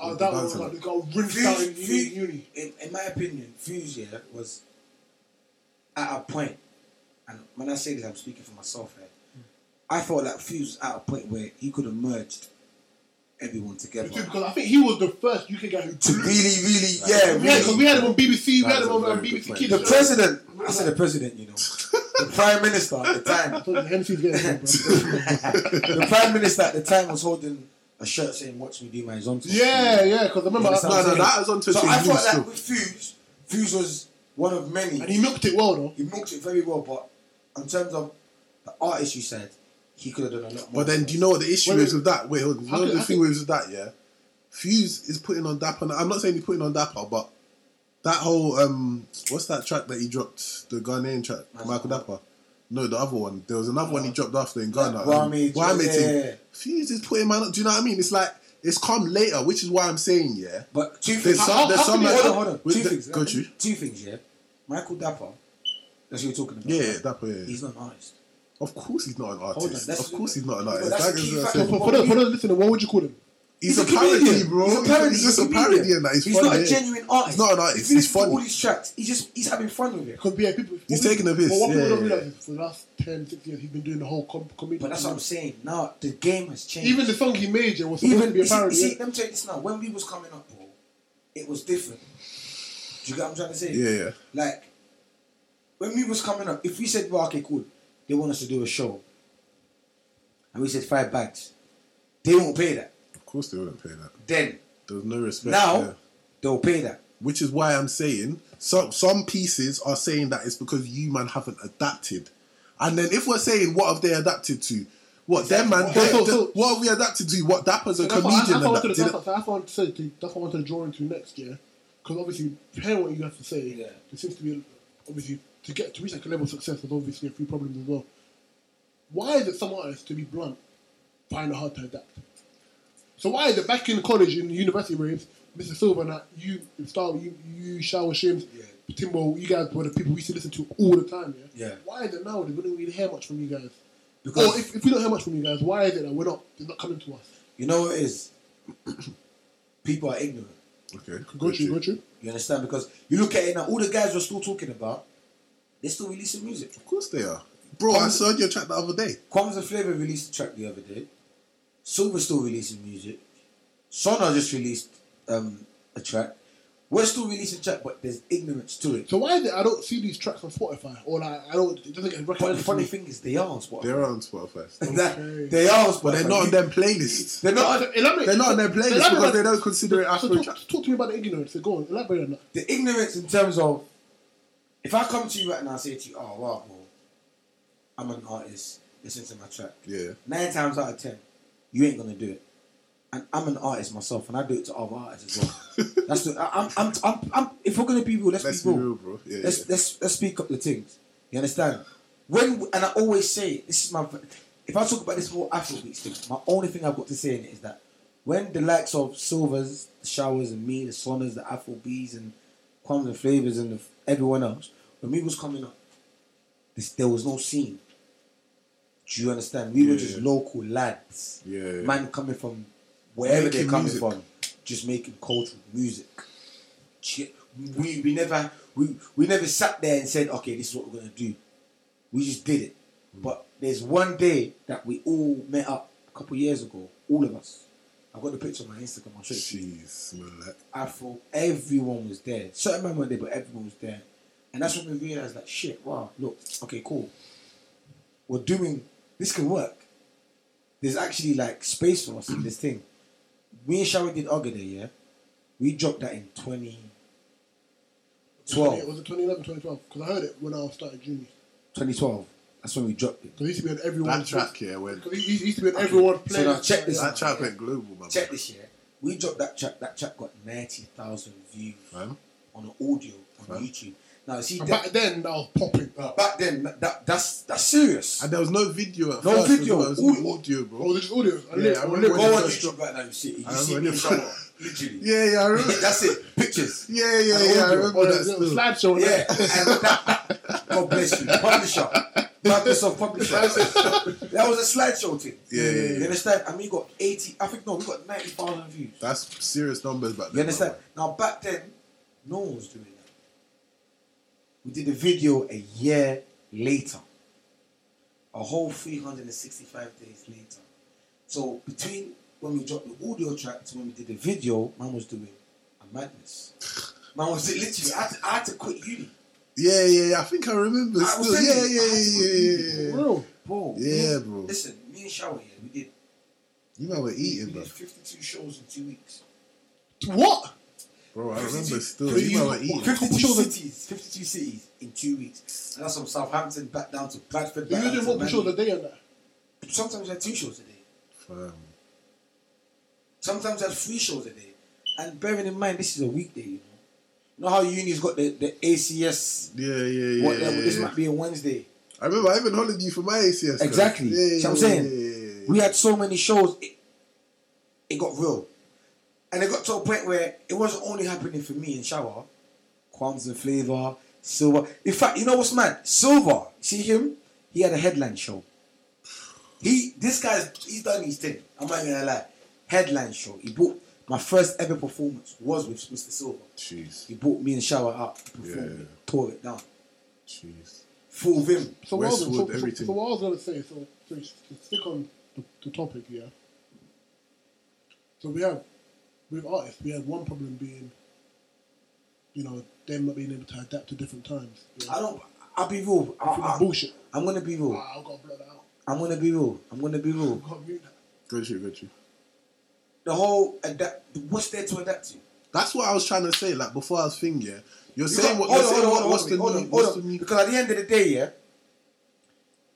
Oh, With that the one banter. like, they got rinsed out in uni. Fuse, uni. in, in my opinion, Fuse yeah, was at a point, and when I say this, I'm speaking for myself. Here, I felt like Fuse was at a point where he could have merged everyone together. Because I think he was the first UK guy who to blew. really, really, yeah, We had, really. we had him on BBC, we That had him was on a um, very good BBC point. Kids. The president, I said the president, you know, the prime minister at the time, So Hennessy's getting it, bro. the prime minister at the time was holding a shirt saying "Watch me do my zonto." Yeah, yeah, because I remember. Yeah, No, that, no, that was on to. So I Fuse thought still. like with Fuse, Fuse was one of many. and he milked it well, though. He milked it very well, but in terms of the artist you said, he could have done a lot more. But then, do you know what the issue Wait, is with that? Wait, hold on. You How know could- the how thing could- is with that, yeah? Fuse is putting on Dapper. I'm not saying he's putting on Dapper, but that whole, um, what's that track that he dropped? The Ghanaian track, Nice Michael one. Dapper. No, the other one. There was another one he dropped after in Like Ghana. Gwame, um, Gwame yeah, thing. yeah, yeah. Fuse is putting man up. Do you know what I mean? It's like, it's come later, which is why I'm saying, yeah. But two There's things. some- how- there's how some could he- like- hold on, hold on. with Two the- things. go to you. Two things. Yeah, Michael Dapper. That's what you're talking about. Yeah, yeah, Dapper, yeah. He's not an artist. of course he's not an on, artist. that's- of course he's not an But artist. that's That the is key what I'm factor. So saying. for, for, those, for those listening, what would you call him? He's, He's a a comedian. parody, bro. He's a parody. He's just a He's a comedian. parody, and that he's, He's funny. not a innit? genuine artist. He's not an artist. If He's you listen to funny. All these tracks, he's just he's having fun with it. Because yeah, people. He's people- taking a piss, But what yeah, people don't yeah, realize is for the last 10, 6 years, he's been doing the whole com- comedy. But that's what I'm saying. Now the game has changed. Even the song he made yeah, was supposed even to be you a see, you parody. see, yeah. let me tell you this now. When we was coming up, bro, it was different. Do you get what I'm trying to say? Yeah, yeah. Like when we was coming up, if we said, "Well, okay, cool," they want us to do a show, and we said five bags, they won't pay that. Of course they wouldn't pay that. Then There's no respect. now yeah. they'll pay that. which is why I'm saying some some pieces are saying that it's because you man haven't adapted. And then if we're saying what have they adapted to? What them So- man? they- so- they- so- what have we adapted to? What Dapper's a That's what I- that's comedian what I wanted to- adapted. that's what- that's what I wanted to say. to- That's what I wanted to draw into next year. Because obviously, hearing what you have to say, Yeah. there seems to be obviously to get to reach that level of success. There's obviously a few problems as well. Why is it some artists, to be blunt, find it hard to adapt? So why is it back in college in the university raves, Mr. Silver and that you style you you shower shims, Yeah. Timbo, you guys were the people we used to listen to all the time, yeah? Yeah. Why is it now that we don't really hear much from you guys? Because- or if, if we don't hear much from you guys, why is it that we're not it's not coming to us? You know what it is? People are ignorant. Okay, Go to go to. You understand? Because you look at it now, all the guys we're still talking about, they're still releasing music. Of course they are, bro. I saw your track the other day. Quams and Flavor released a track the other day. Silver's still releasing music. Sona just released um, a track. We're still releasing track, but there's ignorance to it. So why is it I don't see these tracks on Spotify or like I don't it doesn't get But the recognized? funny thing is, they are Spotify. They're on Spotify, Okay. they are, but they're not on their playlists. They're not. So elaborate- They're not on their so playlist elaborate because on- they don't consider it so Afro talk, trap. talk to me about the ignorance. So go on, elaborate on that. the ignorance in terms of if I come to you right now and say to you, oh wow, bro, I'm an artist, listen to my track. Yeah, Nine times out of ten, you ain't gonna do it. And I'm an artist myself, and I do it to other artists as well. That's the, I- I'm, I'm, I'm, I'm, if we're gonna be real, let's, let's be be real. real, bro. Yeah, Let's, yeah. let's let's speak up the things. You understand? When and I always say this is my. If I talk about this whole Afrobeats thing, my only thing I've got to say in it is that when the likes of Silvers, the Showers, and me, the Sonners, the Afrobeats, and Kwame the Flavors, and the, everyone else, when we was coming up, this, there was no scene. Do you understand? We were Yeah. just local lads, yeah, yeah. man coming from wherever Making they're coming music. from, just making cultural music. Chi- We, we never we, we never sat there and said, okay, this is what we're gonna do. We just did it. Mm. But there's one day that we all met up a couple years ago, all of us. I've got the picture on my Instagram, I'll show it to you. Jeez, man, like, Afro, everyone was there. Certain men were there, but everyone was there. And that's when we realized that shit, wow, look, okay, cool. We're doing this can work. There's actually like space for us in this thing. Me and Shower did Ogade, yeah? We dropped that in 2012. Was it 2011, 2012? Because I heard it when I started junior. 2012. That's when we dropped it. Because it used to be on everyone. that track, yeah, when Because it used- it used to be on everyone So playing. now check this that out. track went global, man. Check this year. We dropped that track. That track got 90,000 views man. on the audio on Right. YouTube. Now, see, And that- back then, that was popping. Oh. Or back then that, that that's that's serious. And there was no video at No first. as video. well. It was Ooh. Oh, all audio, bro. was it just audio? Yeah, I or remember lyrics? when Go it on first YouTube right now, you see it. You I see me remember in when it shower, literally. Yeah, yeah, I remember. That's it. Pictures. Yeah, yeah, And yeah. I audio. Oh, remember Or that the still. slideshow. Yeah. And that, God bless you. Publisher. Microsoft Publisher. that was a slideshow thing. Yeah, yeah, yeah. You understand? And we got 80, I think, no, we got 90,000 views. That's serious numbers back then. You understand? man. Now, back then, no one was doing that. We did a video a year later, a whole 365 days later. So, between when we dropped the audio track to when we did the video, man was doing a madness. Man was literally, I had to, I had to quit uni. Yeah, yeah, yeah. I think I remember I was still. Yeah, telling you, I yeah, yeah, yeah, yeah. Bro, Bro, Yeah, me- bro. Listen, me and Shower here, we did, You man were we eating, bro. did 52 shows in two weeks. what? Bro, I 52 remember still. Because You man were you- eating. 52 Couple shows- cities, 52 cities in two weeks. And that's from Southampton back down to Bradford. You Back were doing down what to for sure the Manly. day and that. Sometimes we had two shows a day. Fam. Sometimes we had three shows a day. And bearing in mind, this is a weekday, you know. You know how uni's got the, the ACS, Yeah, yeah, yeah. what level? yeah, This yeah. might be a Wednesday. I remember I even hollered you for my ACS. though. Exactly. Yeah, yeah, See what I'm yeah, saying? yeah, yeah, yeah. We had so many shows, it, it got real. And it got to a point where it wasn't only happening for me in Shower, Quams and Flavor, Silver. In fact, you know what's mad? Silver, see him? He had a headline show. He, this guy's, he's done his thing. I'm not gonna lie. Headline show. He bought my first ever performance was with Mr. Silver. Jeez, He bought me and Shower out, performed, Yeah. it, tore it down. jeez. Full vim. So what, I was, so, so- Westwood, so, everything. what I was gonna say, so, so to stick on the, the topic, yeah. So we have with artists, we have one problem being, you know, them not being able to adapt to different times. Yeah? I don't, I'll be real. I, I feel like I, bullshit. I'm gonna be I, real. I've got to blur that out. I'm gonna be real. I'm gonna be real. I've got to mute that. Good shit, good shit. The whole adapt. What's there to adapt to? That's what I was trying to say. Like before, I was thinking, yeah. You're You saying got- what? hold You're on, hold saying what? on, hold What's on, the hold new? on, What's hold the on. new? Because at the end of the day, yeah,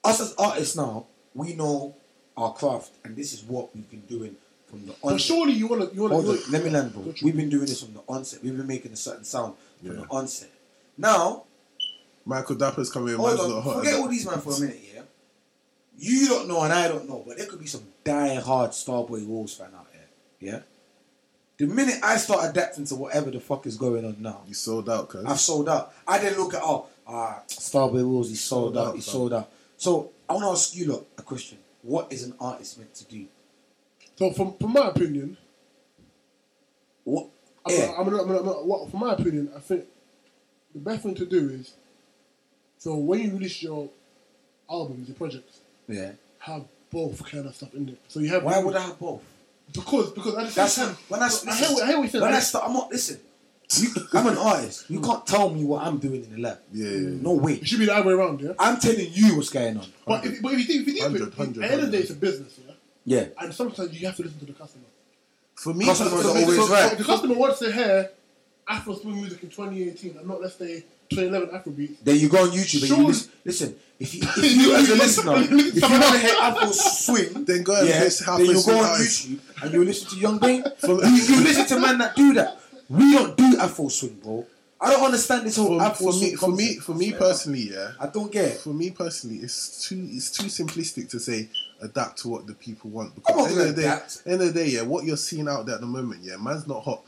us as artists now, we know our craft, and this is what we've been doing from the But onset. surely you wanna, you wanna. Hold you on, wanna- let me land, bro. Don't you- We've been doing this from the onset. We've been making a certain sound from Yeah. the onset. Now, Michael Dapper's coming in. hold man's not on, hot. forget all these man for a minute, yeah. You don't know, and I don't know, but there could be some die-hard Starboy Wolves fan out there, yeah. The minute I start adapting to whatever the fuck is going on now, You sold out, cuz. I've sold out. I didn't look at oh, uh, Starboy Rules, he sold, Sold out, out, he fam. sold out. So I want to ask you lot a question. What is an artist meant to do? So from from my opinion, What? I'm Yeah. gonna, I'm gonna, I'm gonna, I'm gonna- well, from my opinion, I think the best thing to do is, so when you release your albums, your projects, yeah. have both kind of stuff in there. So you have Why would I have both? Because because at the same That's time, when I, I hear what- I hear what you said. when I Like, start. I'm not listen. You, I'm an artist. You can't tell me what I'm doing in the lab. Yeah, yeah, yeah. No way. It should be the other way around, yeah. I'm telling you what's going on. But if, but if you think, if you think of it, 100, 100, at the end of the day, it's a business, yeah. Yeah. And sometimes you have to listen to the customer. For me, Customers for are me- always so- so, right. so the customer wants to hear Afro swing music in 2018, and not let's say 2011 Afro beat. Then you go on YouTube and Surely- you listen. Listen, if you, if you as a listener, if you want to hear Afro swing, Then go and yeah, listen to then you Afro go on swing YouTube and you listen to Young Bane. you, you listen to men that do that. We don't do Afro swing, bro. I don't understand this whole for, Afro for me, swing. for me, concept. for me personally, yeah. I don't get it. For me personally, it's too it's too simplistic to say adapt to what the people want. I'm not Because end gonna of the day, adapt. end of the day, yeah, what you're seeing out there at the moment, yeah, man's not hot.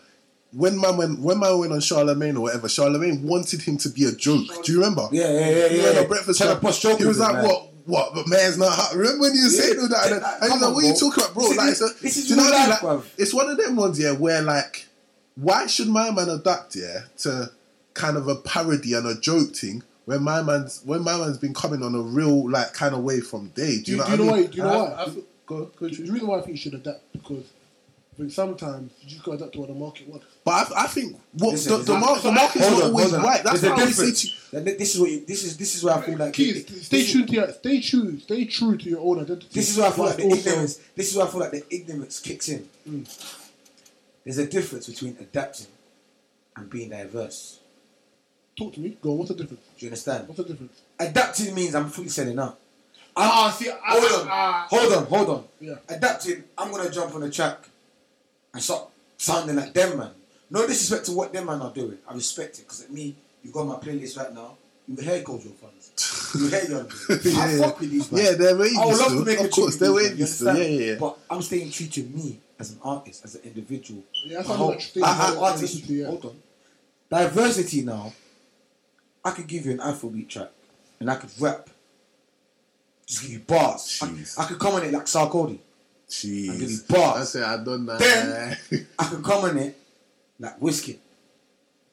When man went, when man went on Charlemagne or whatever, Charlemagne wanted him to be a joke. Do you remember? Yeah, yeah, yeah, You yeah. remember yeah. breakfast Trying to Club? bust joke He was with like, man. what, what? But man's not hot. Remember when you said Yeah. all that? And, and Come he's like, on, what are you bro. talking about, bro? This is- like, it's a- this is do you know real what I mean? life, Like, bruv. it's one of them ones, yeah, where like, why should my man adapt, yeah, to kind of a parody and a joke thing? When my man's when my man's been coming on a real like kind of way from day, do Do you, you, know do you know what I why? mean? Do you know And I- why? I- go, go, The reason why I think you should adapt because I think sometimes you just got to adapt to what the market wants. but I, I think what Listen, the, it's the, not- mar- the market's Hold not on, always hold on. right. That's There's why a we see. difference. Like, This is what you, this is. This is where I feel like Keys, stay this- tuned to your, stay true, stay true to your own identity. This is where I feel like Whilst also- the ignorance. This is where I feel like the ignorance kicks in. There's a difference between adapting and being diverse. Talk to me. Go. on, What's the difference? Do you understand? What's the difference? Adapting means I'm fully selling out. Ah, see, I, hold on, hold on, hold on. Yeah. Adapting, I'm gonna jump on the track and start sounding like them man. No disrespect to what them man are doing. I respect it because at me, you got my playlist right now. You hear Kojo funds. You hear Young. Bloods. I fuck with these man. Yeah, they're wavy I would love still. to make a Of course, tune with they're these man, wavy you still. understand? Yeah, yeah, yeah. But I'm staying true to me as an artist, as an individual. Yeah, that's My what whole- I'm saying. my whole Yeah. artistry- Yeah. Hold on. Diversity now. I could give you an Afrobeat track, and I could rap. Just give you bars. I, Jeez. I could come on it like Sarkodie. I give you Jeez, bars. I say I done that. Then- yeah, I could come on it like Whiskey.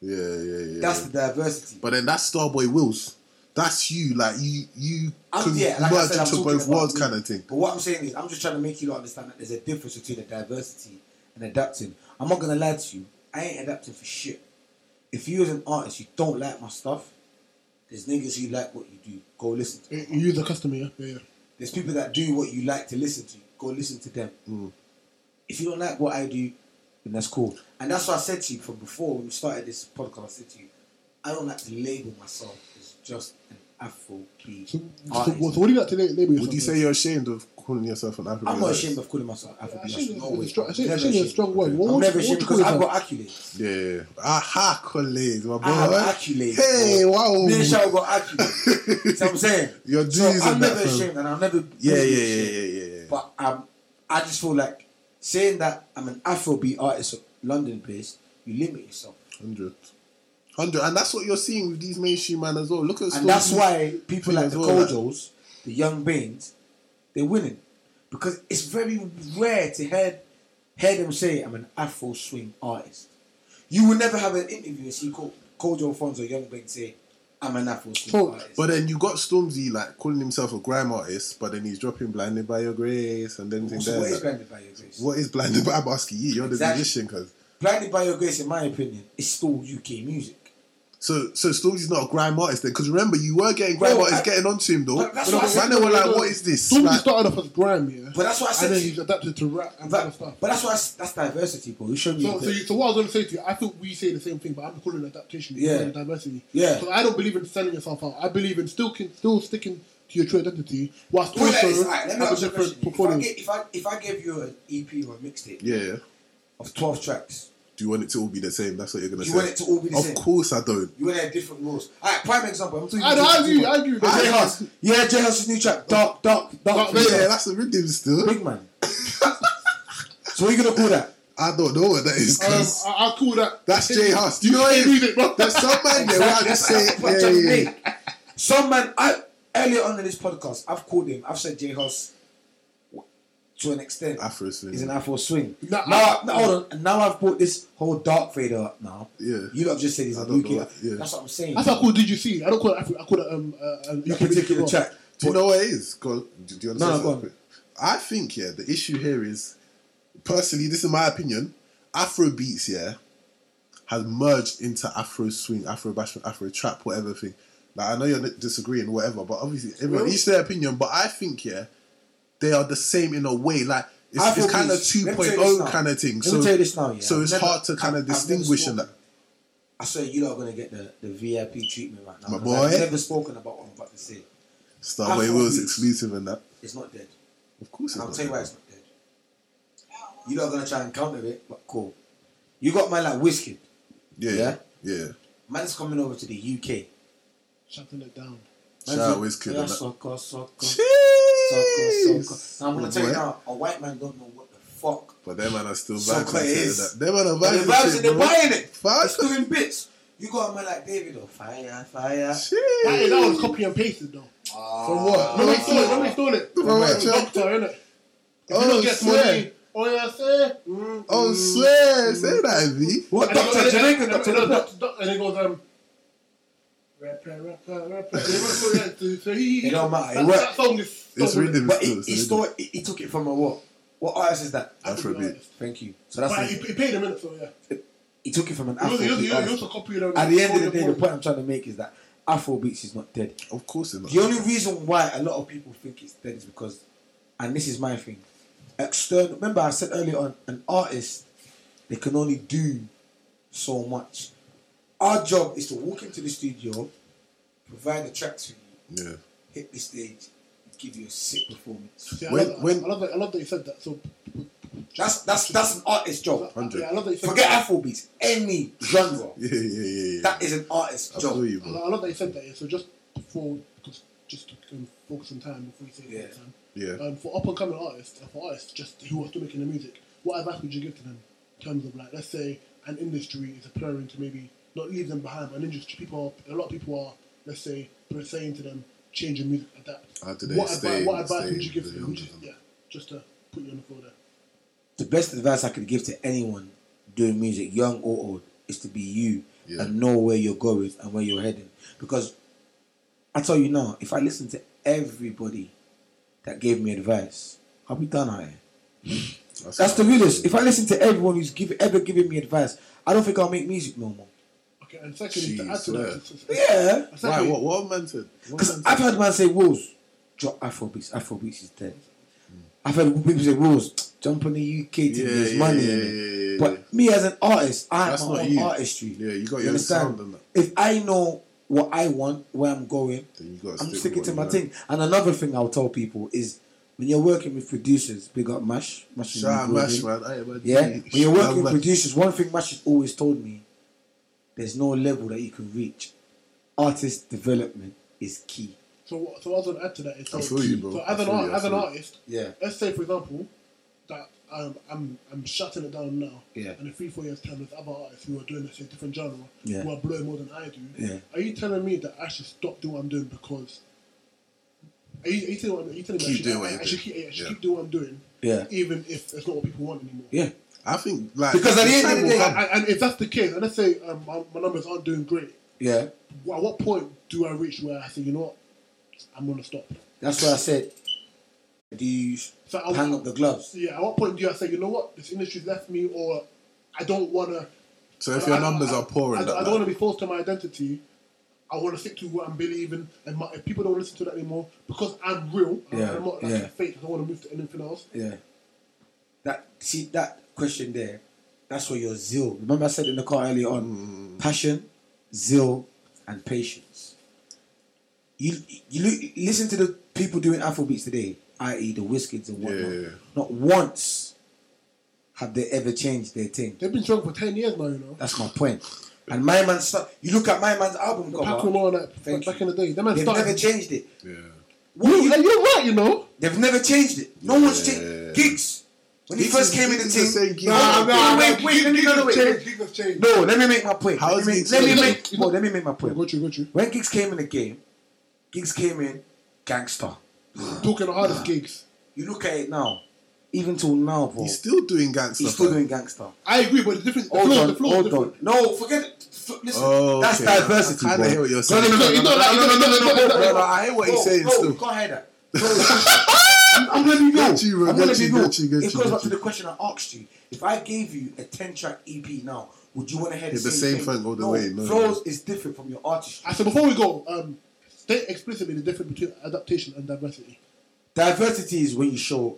yeah, yeah. That's the diversity. But then that's Starboy Wills. That's you, like you, you I'm- can yeah, like I merge said, I'm into talking both about worlds, me. kind of thing. But what I'm saying is, I'm just trying to make you lot understand that there's a difference between the diversity and adapting. I'm not gonna lie to you. I ain't adapting for shit. If you as an artist, you don't like my stuff. There's niggas who like what you do. Go listen to. You Them. you use the customer. Yeah, yeah. yeah. There's people that do what you like to listen to. Go listen to them. Mm. If you don't like what I do, then that's cool. And that's what I said to you from before when we started this podcast. I said to you, I don't like to label myself as just an Afro beat So, so, artist. so what do you got today? Label yourself Would you with? say you're ashamed of calling yourself an African? I'm not ashamed of calling myself Afro I beat. think it's artist. No a way. strong- I think Never I think it's a ashamed. strong word. What I'm would- never what would ashamed you because call I've yourself? got accolades. Yeah, yeah, yeah. aha, colleagues, my boy. I have accolades. Hey, bro. wow. Me and Shaw got accolades. See what I'm saying? Your So dues I'm and that, never fam. ashamed and I'll never Yeah, yeah, never be yeah, ashamed. yeah, yeah, yeah. But um, I just feel like saying that I'm an Afrobeat artist London based, you limit yourself. Hundred, hundred, and that's what you're seeing with these mainstream man as well. Look at And that's Stormzy. why people thing like as the well, like- Kojos, the Young Banes, they're winning. Because it's very rare to hear, hear them say, I'm an Afro swing artist. You will never have an interview and see Ko- Kojo Fonz or Young Bane say, I'm an Afro swing So- artist. But then you got Stormzy like calling himself a grime artist, but then he's dropping "Blinded by Your Grace" and then things so there, what is like- Blinded by Your Grace? What is blinded by? I'm asking you. You're the Exactly. musician, cause Blinded by Your Grace, in my opinion, is still UK music. so so Stormzy's not a grime artist then. Because remember, you were getting grime No, artists I- getting onto him though. But that's And what I said, they were no, like, no, "What is this?" Stormzy Like, started off as grime, yeah, But that's what I said and then to you. he's adapted to rap and other That- stuff. but that's why that's, that's diversity, bro. You showed me. So, a bit. so, you, so what I was going to say to you, I thought we say the same thing, but I'm calling it adaptation, Yeah. yeah, diversity. Yeah. So I don't believe in selling yourself out. I believe in still kin- still sticking to your true identity, whilst Well, that is- also alright, let me have a ask you a different question. If I portfolio. get- If I if I gave you an EP or a mixtape yeah. of twelve tracks, Do you want it to all be the same? That's what you're gonna You say. want it to all be the of same? course, I don't. You want to have different rules. All right, prime example. I'm talking. I know, I agree, I agree. J Hus. Yeah, J Hus's new track. Dark, dark, dark. Dark, Yeah, Big Man. that's a rhythm still. Big man. so what are you gonna call that? I don't know what that is. Um, Cause I, I'll call that. that's Jay Huss. Do you know what Hey, I mean? read it, bro. There's some man there where I just say, That's what I'm trying to yeah, yeah, make. Some man. I earlier on in this podcast, I've called him. I've said J Hus to an extent. Afro swing. He's an Afro swing. No, now, I- now, hold on. And Now I've brought this whole dark fader up. Now, Yeah. you lot just said he's I a don't new know kid. that, yeah. That's what I'm saying. That's how I call DGC. I don't call it Africa. I call it um uh, um, a particular track. Do you know what it is? Go, do, do you No, understand? no, go on. something? I think yeah, the issue here is, personally, this is my opinion. Afro beats yeah, has merged into Afro swing, Afro bashment, Afro trap, whatever thing. Like I know you're n- disagreeing, whatever, but obviously everyone each their opinion. But I think yeah, they are the same in a way. Like it's, Afrobeats. it's kind of Let me tell you 2.0 this now. kind of oh thing. Let so me tell you this now, yeah. so it's I've never- hard to kind of I've- I've never distinguish in that. spoken. I swear you lot are gonna get the, the VIP treatment right now. My 'cause boy. I've never spoken about what I'm about to say. Starboy was Afrobeats. exclusive in that. It's not dead. Of course, And I'll it's tell you not. why it's not dead. You lot are gonna try and counter it, but cool. You got man like Whiskey. Yeah, yeah. Yeah? yeah. Man's coming over to the UK. shutting it down. Shout Man's out like, Wizkid "Yeah, and that." sucker, sucker, sucker, Jeez. sucker." Now, I'm gonna Oh, tell you boy. now, a white man don't know what the fuck. But them man are still So vibing. clear it is. to that. Them man are But vibing. the vibes shit, and they're bro. buying it. Fuck. It's doing bits. You got a man like David or fire, fire. Jeez. That, that was copy and pasted though. From Ah. what? No, they stole it. No, they stole it. From where? From the doctor, innit? If Oh, you don't get swear. money, oh yeah, sir. Mm, Oh, mm. swear. Say that, V. What? And they go- Dr. and they- Jekyll, and Dr. they- Jekyll. Dr. Doc- And he goes, um. rapper, rapper, rapper. They must go there to- so he- It don't matter, it That, worked. that song is. It's stolen. rhythm. But still, he, it's he rhythm. stole it. He, he took it from a what? What artist is that? I think Afrobeat. you're Thank you. So that's right. But he, it. he paid a minute, so yeah. He took it from an He also, he also, Afrobeat he artist. also copied on At the end of the day, the Golden point I'm trying to make is that Afrobeats is not dead. Of course it's not. The only reason why a lot of people think it's dead is because, and this is my thing, external. Remember, I said earlier on, an artist they can only do so much. Our job is to walk into the studio, provide the tracks for you, Yeah. hit the stage, give you a sick performance. Yeah, When- I, love when- that. I love that. I love that you said that. So That's that's that's an artist's job. Hundred. Yeah, I love that you said Forget that. Afrobeats, any genre. Yeah, yeah, yeah, yeah. That is an artist's I feel job. you, I bro. love- I love that you said that. Yeah. So just before, just- just to um, focus on time before you say Yeah. it. Time. Yeah. Um, for up and coming artists, uh, for artists just who are still making the music, what advice would you give to them in terms of like, let's say, an industry is appearing to maybe not leave them behind, but an industry people are, a lot of people are, let's say, they're saying to them, change your music, adapt. How do they what stay- advice, what advice stay would you give to the them? Would you- young yeah, just to put you on the floor there. The best advice I could give to anyone doing music, young or old, is to be you Yeah. and know where you're going and where you're heading. Because I tell you now, if I listen to everybody that gave me advice, I'll be done out here. That's the realest. If I listen to everyone who's give, ever given me advice, I don't think I'll make music no more. Okay, and secondly, to Jeez, add to yeah. that, it's- it's- Yeah. it's Right, actually- what, what man said? What Because man I've said? had man say, Wolves, drop Afrobeats. Afrobeats is dead. I've heard people say, Wolves, jump on the UK team, Mm. Yeah, there's yeah, money yeah, in it. yeah, yeah, yeah. But me as an artist, I have That's my not own you. artistry. Yeah, you got your You own understand? sound and that. If I know what I want, where I'm going, Then you gotta I'm stick with sticking what to you my know. thing. And another thing I'll tell people is when you're working with producers, big up Mash. Mash is in Shout out the Mash, building. man. Aye, man. Yeah, when you're Shout out working with Mash. producers, one thing Mash has always told me there's no level that you can reach. Artist development is key. So, what- so I was going to add to that. Is I so- feel you, bro. So I as an, feel art, you, I as an feel you. artist, Yeah. let's say for example that um, I'm I'm shutting it down now. Yeah. And in three four years time, there's other artists who are doing let's say different genre Yeah. who are blowing more than I do. Yeah. Are you telling me that I should stop doing what I'm doing because? Are you, are you telling, are you telling me Keep I should, doing what I, you're I should, doing. keep, I should Yeah. keep doing what I'm doing? Yeah. Even if it's not what people want anymore. Yeah. I think, like. Because at the end of time the will day- come. And, and if that's the case, and let's say um, my, my numbers aren't doing great, Yeah. wh- at what point do I reach where I say, you know what, I'm gonna stop? That's why I said, do you So I- hang up the gloves? Yeah, at what point do you say, you know what, this industry's left me, or I don't want to. So if your numbers are poor I, and that, I like, don't want to be false to my identity. I want to stick to what I'm believing, and my, if people don't listen to that anymore, because I'm real, and Yeah, I'm not like yeah. fake, I don't want to move to anything else. Yeah. That see that question there, that's where your zeal. Remember I said in the car earlier on, passion, zeal, and patience. You you li- listen to the people doing Afrobeats today, i.e. the Whiskids and whatnot. Yeah. Not once have they ever changed their thing. They've been strong for 10 years now, you know. That's my point. And my man's stuff. You look at my man's album Paco and cover. all that Thank back you. in the day. Them man They've started. never changed it. Yeah. Well, you- like, you're right, you know. They've never changed it. No one's Yeah. changed. Gigs. When he Gigs first is- came in the Gigs team, is the same Gigs. no, no, wait, wait, let me go, no, wait, wait. Gigs changed. No, let me make my point. How let me is make, Giggs let me changed? make, no, let me make my point. Got you, got you. When Giggs came in the game, Giggs came in gangster. Talking the hardest gigs. You look at it now, even till now, bro. He's He's, still doing gangster. still fam. doing gangster. I agree, but the difference, the Hold floor, on, the floor, hold different. on. No, forget it. F- Listen, Oh, that's okay. I- I diversity, kinda bro. hear what you're No, saying. no, no, no, You no, know that- no, you no, know that- no, no, no, no, no, no, I hear what you're Bro, saying bro, still. you can't hear that. Bro, I'm, I'm gonna be real. Get you, bro, I'm gonna get be you, real. get you, get it you, goes get back to you. the question I asked you. If I gave you a 10 track EP now, would you want to hear the, Yeah, the same, same thing all the no, way, no. Flows is different from your artistry. I said Ah, before we go, um, state explicitly the difference between adaptation and diversity. Diversity is when you show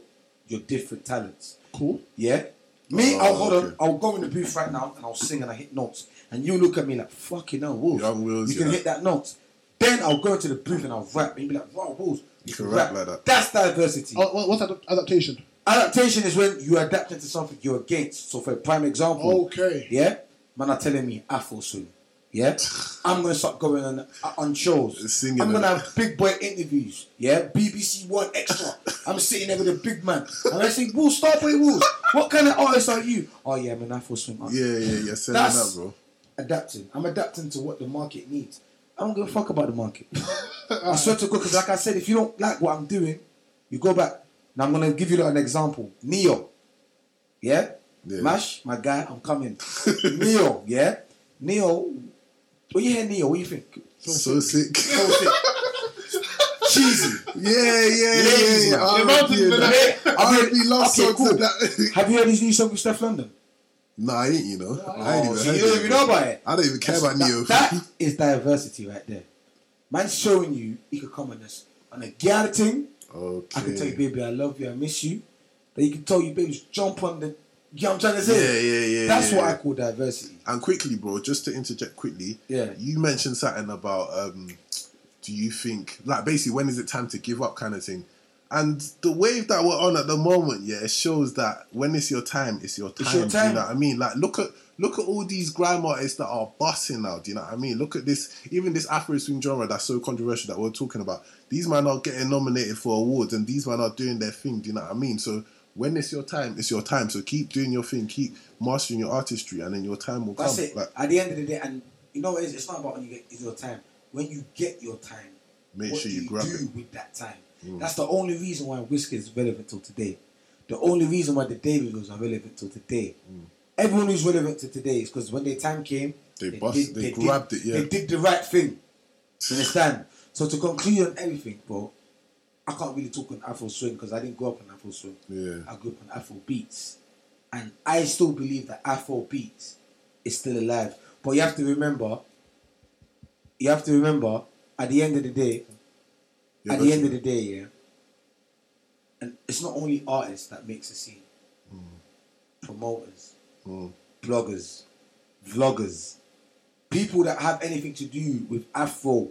your different talents. Cool. Yeah. Me, Oh, I'll hold okay. on. I'll go in the booth right now and I'll sing and I hit notes. And you look at me like, fucking hell, Wolves. Young Wills, you can yeah. hit that note. Then I'll go into the booth and I'll rap. And you'll be like, wow, Wolves. You can rap like that. That's diversity. Oh, what- what's adap- adaptation? Adaptation is when you adapt into something you're against. So, for a prime example, Okay. yeah, man are telling me Afro swing. Yeah, I'm gonna start going on, uh, on shows. Singing I'm gonna it. have big boy interviews. Yeah, BBC One Extra. I'm sitting there with a big man, and I say, "Wool, stop with Wool. What kind of artist are you?" Oh yeah, I'm an Afro swing artist. Yeah, yeah, yeah. Send That's- that, bro. Adapting. I'm adapting to what the market needs. I don't give a fuck about the market. I swear to God, because like I said, if you don't like what I'm doing, you go back. Now I'm gonna give you an example. Neo. Yeah? Yeah. Mash, my guy, I'm coming. Neo, yeah? Neo, when you hear Neo, what do you think? So sick. Cheesy. Yeah, yeah, yeah, Ladies, yeah. The man. R&B mountains and been that. I mean, R&B love okay, songs cool. and that. Have you heard his new song with Steph London? Nah, I ain't, you know. I ain't Oh, even so heard you don't it, even bro. know about it. I don't even care about That- Neo. that is diversity right there. Man's showing you he could come on this on a gather thing. okay. I can tell you, baby, I love you, I miss you. Then you can tell you, baby, jump on the. You know what I'm trying to Yeah, say? yeah, yeah. That's yeah, what yeah. I call diversity. And quickly, bro, just to interject quickly, Yeah. you mentioned something about um, do you think like basically when is it time to give up kind of thing, and the wave that we're on at the moment, yeah, it shows that when it's your time, it's your time. It's your Do time. you know what I mean? Like look at look at all these grime artists that are busting now. Do you know what I mean? Look at this, even this Afro swing genre that's so controversial that we're talking about. These men are getting nominated for awards, and these men are doing their thing. Do you know what I mean? So. When it's your time, it's your time. So keep doing your thing, keep mastering your artistry, and then your time will That's come. it. Like, At the end of the day, and you know what it is? It's not about when you get it's your time. When you get your time, make what sure do you grab do it. Mm. with that time. That's the only reason why whiskey is relevant till today. The only reason why the Daily Girls are relevant till today. Mm. Everyone who's relevant to today is because when their time came, They busted- they did- grabbed it, yeah. They did the right thing. You understand? So to conclude on everything, bro, I can't really talk on Afro swing because I didn't grow up on Afro swing. Yeah. I grew up on Afro beats, and I still believe that Afro beats is still alive. But you have to remember, you have to remember, at the end of the day, Yeah, at the that's end of it. the day, yeah. And it's not only artists that makes a scene. Promoters, Mm. bloggers, vloggers, people that have anything to do with Afro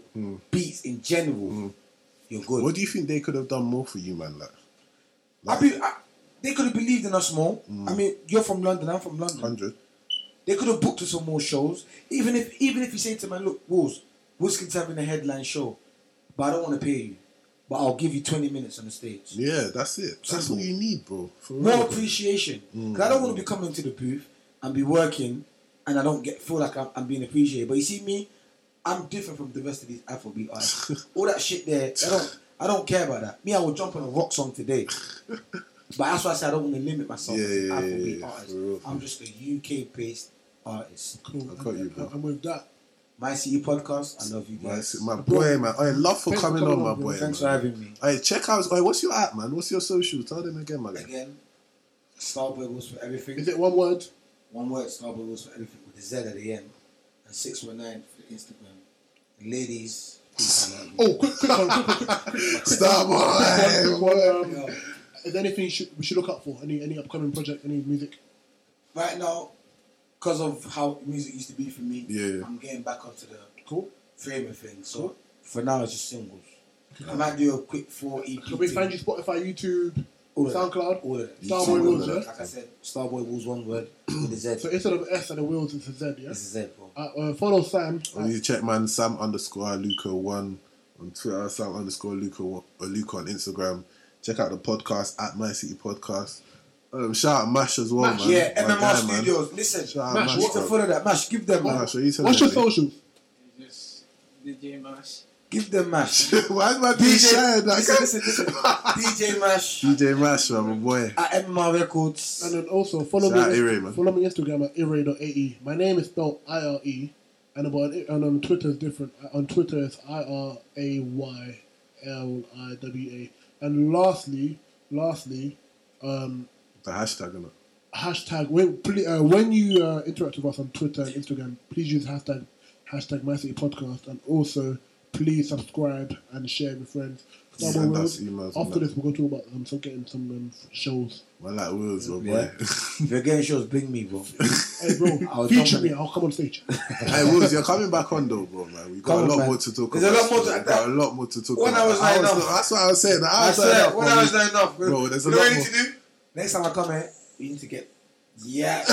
beats in general. You're good. What do you think they could have done more for you, man? Like, I be, I, they could have believed in us more. I mean, you're from London. I'm from London. hundred. They could have booked us some more shows. Even if even if you say to man, look, Wolves, Whiskey's having a headline show, but I don't want to pay you. But I'll give you 20 minutes on the stage. Yeah, that's it. That's Simple. all you need, bro. For more real. appreciation. Mm. Because I don't want to be coming to the booth and be working and I don't get feel like I'm, I'm being appreciated. But you see me, I'm different from the rest of these Afrobeat artists. All that shit there, I don't I don't care about that. Me, I will jump on a rock song today. but that's why I say I don't want to limit myself Yeah, as an yeah, yeah, Afrobeat yeah, artist. for real. I'm just a UK based artist. Cool. I got you, bro. And with that, My City podcast, I love you My, guys. my boy, man. I love for Thanks for coming coming on, my on, bro. boy. Thanks for man. having me. Hey, check out. Hey, what's your app, man? What's your social? Tell them again, my guy. Again, Starboy goes for everything. is it one word? One word, Starboy was for everything with a Z at the end. And 619 for Instagram. And ladies. peace and love. Oh, quick, quick one, quick, one, quick, quick, quick, Star one, boy. quick one. Um, Yo, is there anything you should, we should look out for? Any any upcoming project? Any music? right now, because of how music used to be for me, Yeah. I'm getting back onto the Cool. frame of things. So for now, it's just singles. I might do a quick four EP. Can we thing. find you Spotify, YouTube, All of that. SoundCloud? All of that. Starboy Starboy Wolves, Wolves, yeah? Like I said, Starboy Wolves, one word with a Z. So instead of S and the wheels, it's a Z. Yeah. It's a Z, bro. Uh, uh, follow Sam. I need to check, man. Sam underscore Luca one on Twitter. Sam underscore Luca one, or Luca on Instagram. Check out the podcast at My City Podcast. Um, shout out Mash as well, man. yeah, My guy, MMR man. Studios. Listen, Shout out Mash, Mash, what's the bro. follow that? Mash, give them, man. Mash, are you telling What's your me? socials? Just DJ Mash. Give them, Mash. Why is my DJ, DJ sharing that? listen, listen, listen. DJ Mash DJ Mash, man, my boy. at MMR Records. And then also follow Shout out me. Ire, man. follow me Instagram at ire.ae. My name is spelled I R E, and about it, and on Twitter is different. On Twitter it's I R A Y L I W A. And lastly, lastly, um, The hashtag, innit? hashtag when pl- uh, when you uh, interact with us on Twitter and Instagram, please use hashtag hashtag My City Podcast, and also please subscribe and share with friends. Send Now, we'll- us emails and after that. this, we're going to talk about um, so getting some um, shows. Well, like wheels, my boy. Yeah. if you're getting shows, bring me, bro. Hey, bro, I'll feature jump on me. it. I'll come on stage. hey, Wheels, you're coming back on though, bro, man. We've got Come a on, lot man. more to talk There's a about. lot more to- We've got a lot more to talk One about. hour's not Hours- enough. That's what I was saying. An hour's I not swear, enough, one bro. hour's not enough, bro. Bro, there's a You know lot what we more. need to do? Next time I come here, we need to get yeah.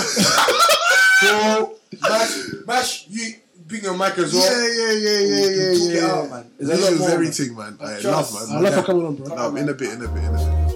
Bro. Mash, mash, you bring your mic as well. Yeah, yeah, yeah, yeah, yeah, Talk it yeah. out, man. There's a lot Visuals, more, man. everything, man. I Trust. love, man. I love Yeah. for coming on, bro. No, in a bit, in a bit, in a bit.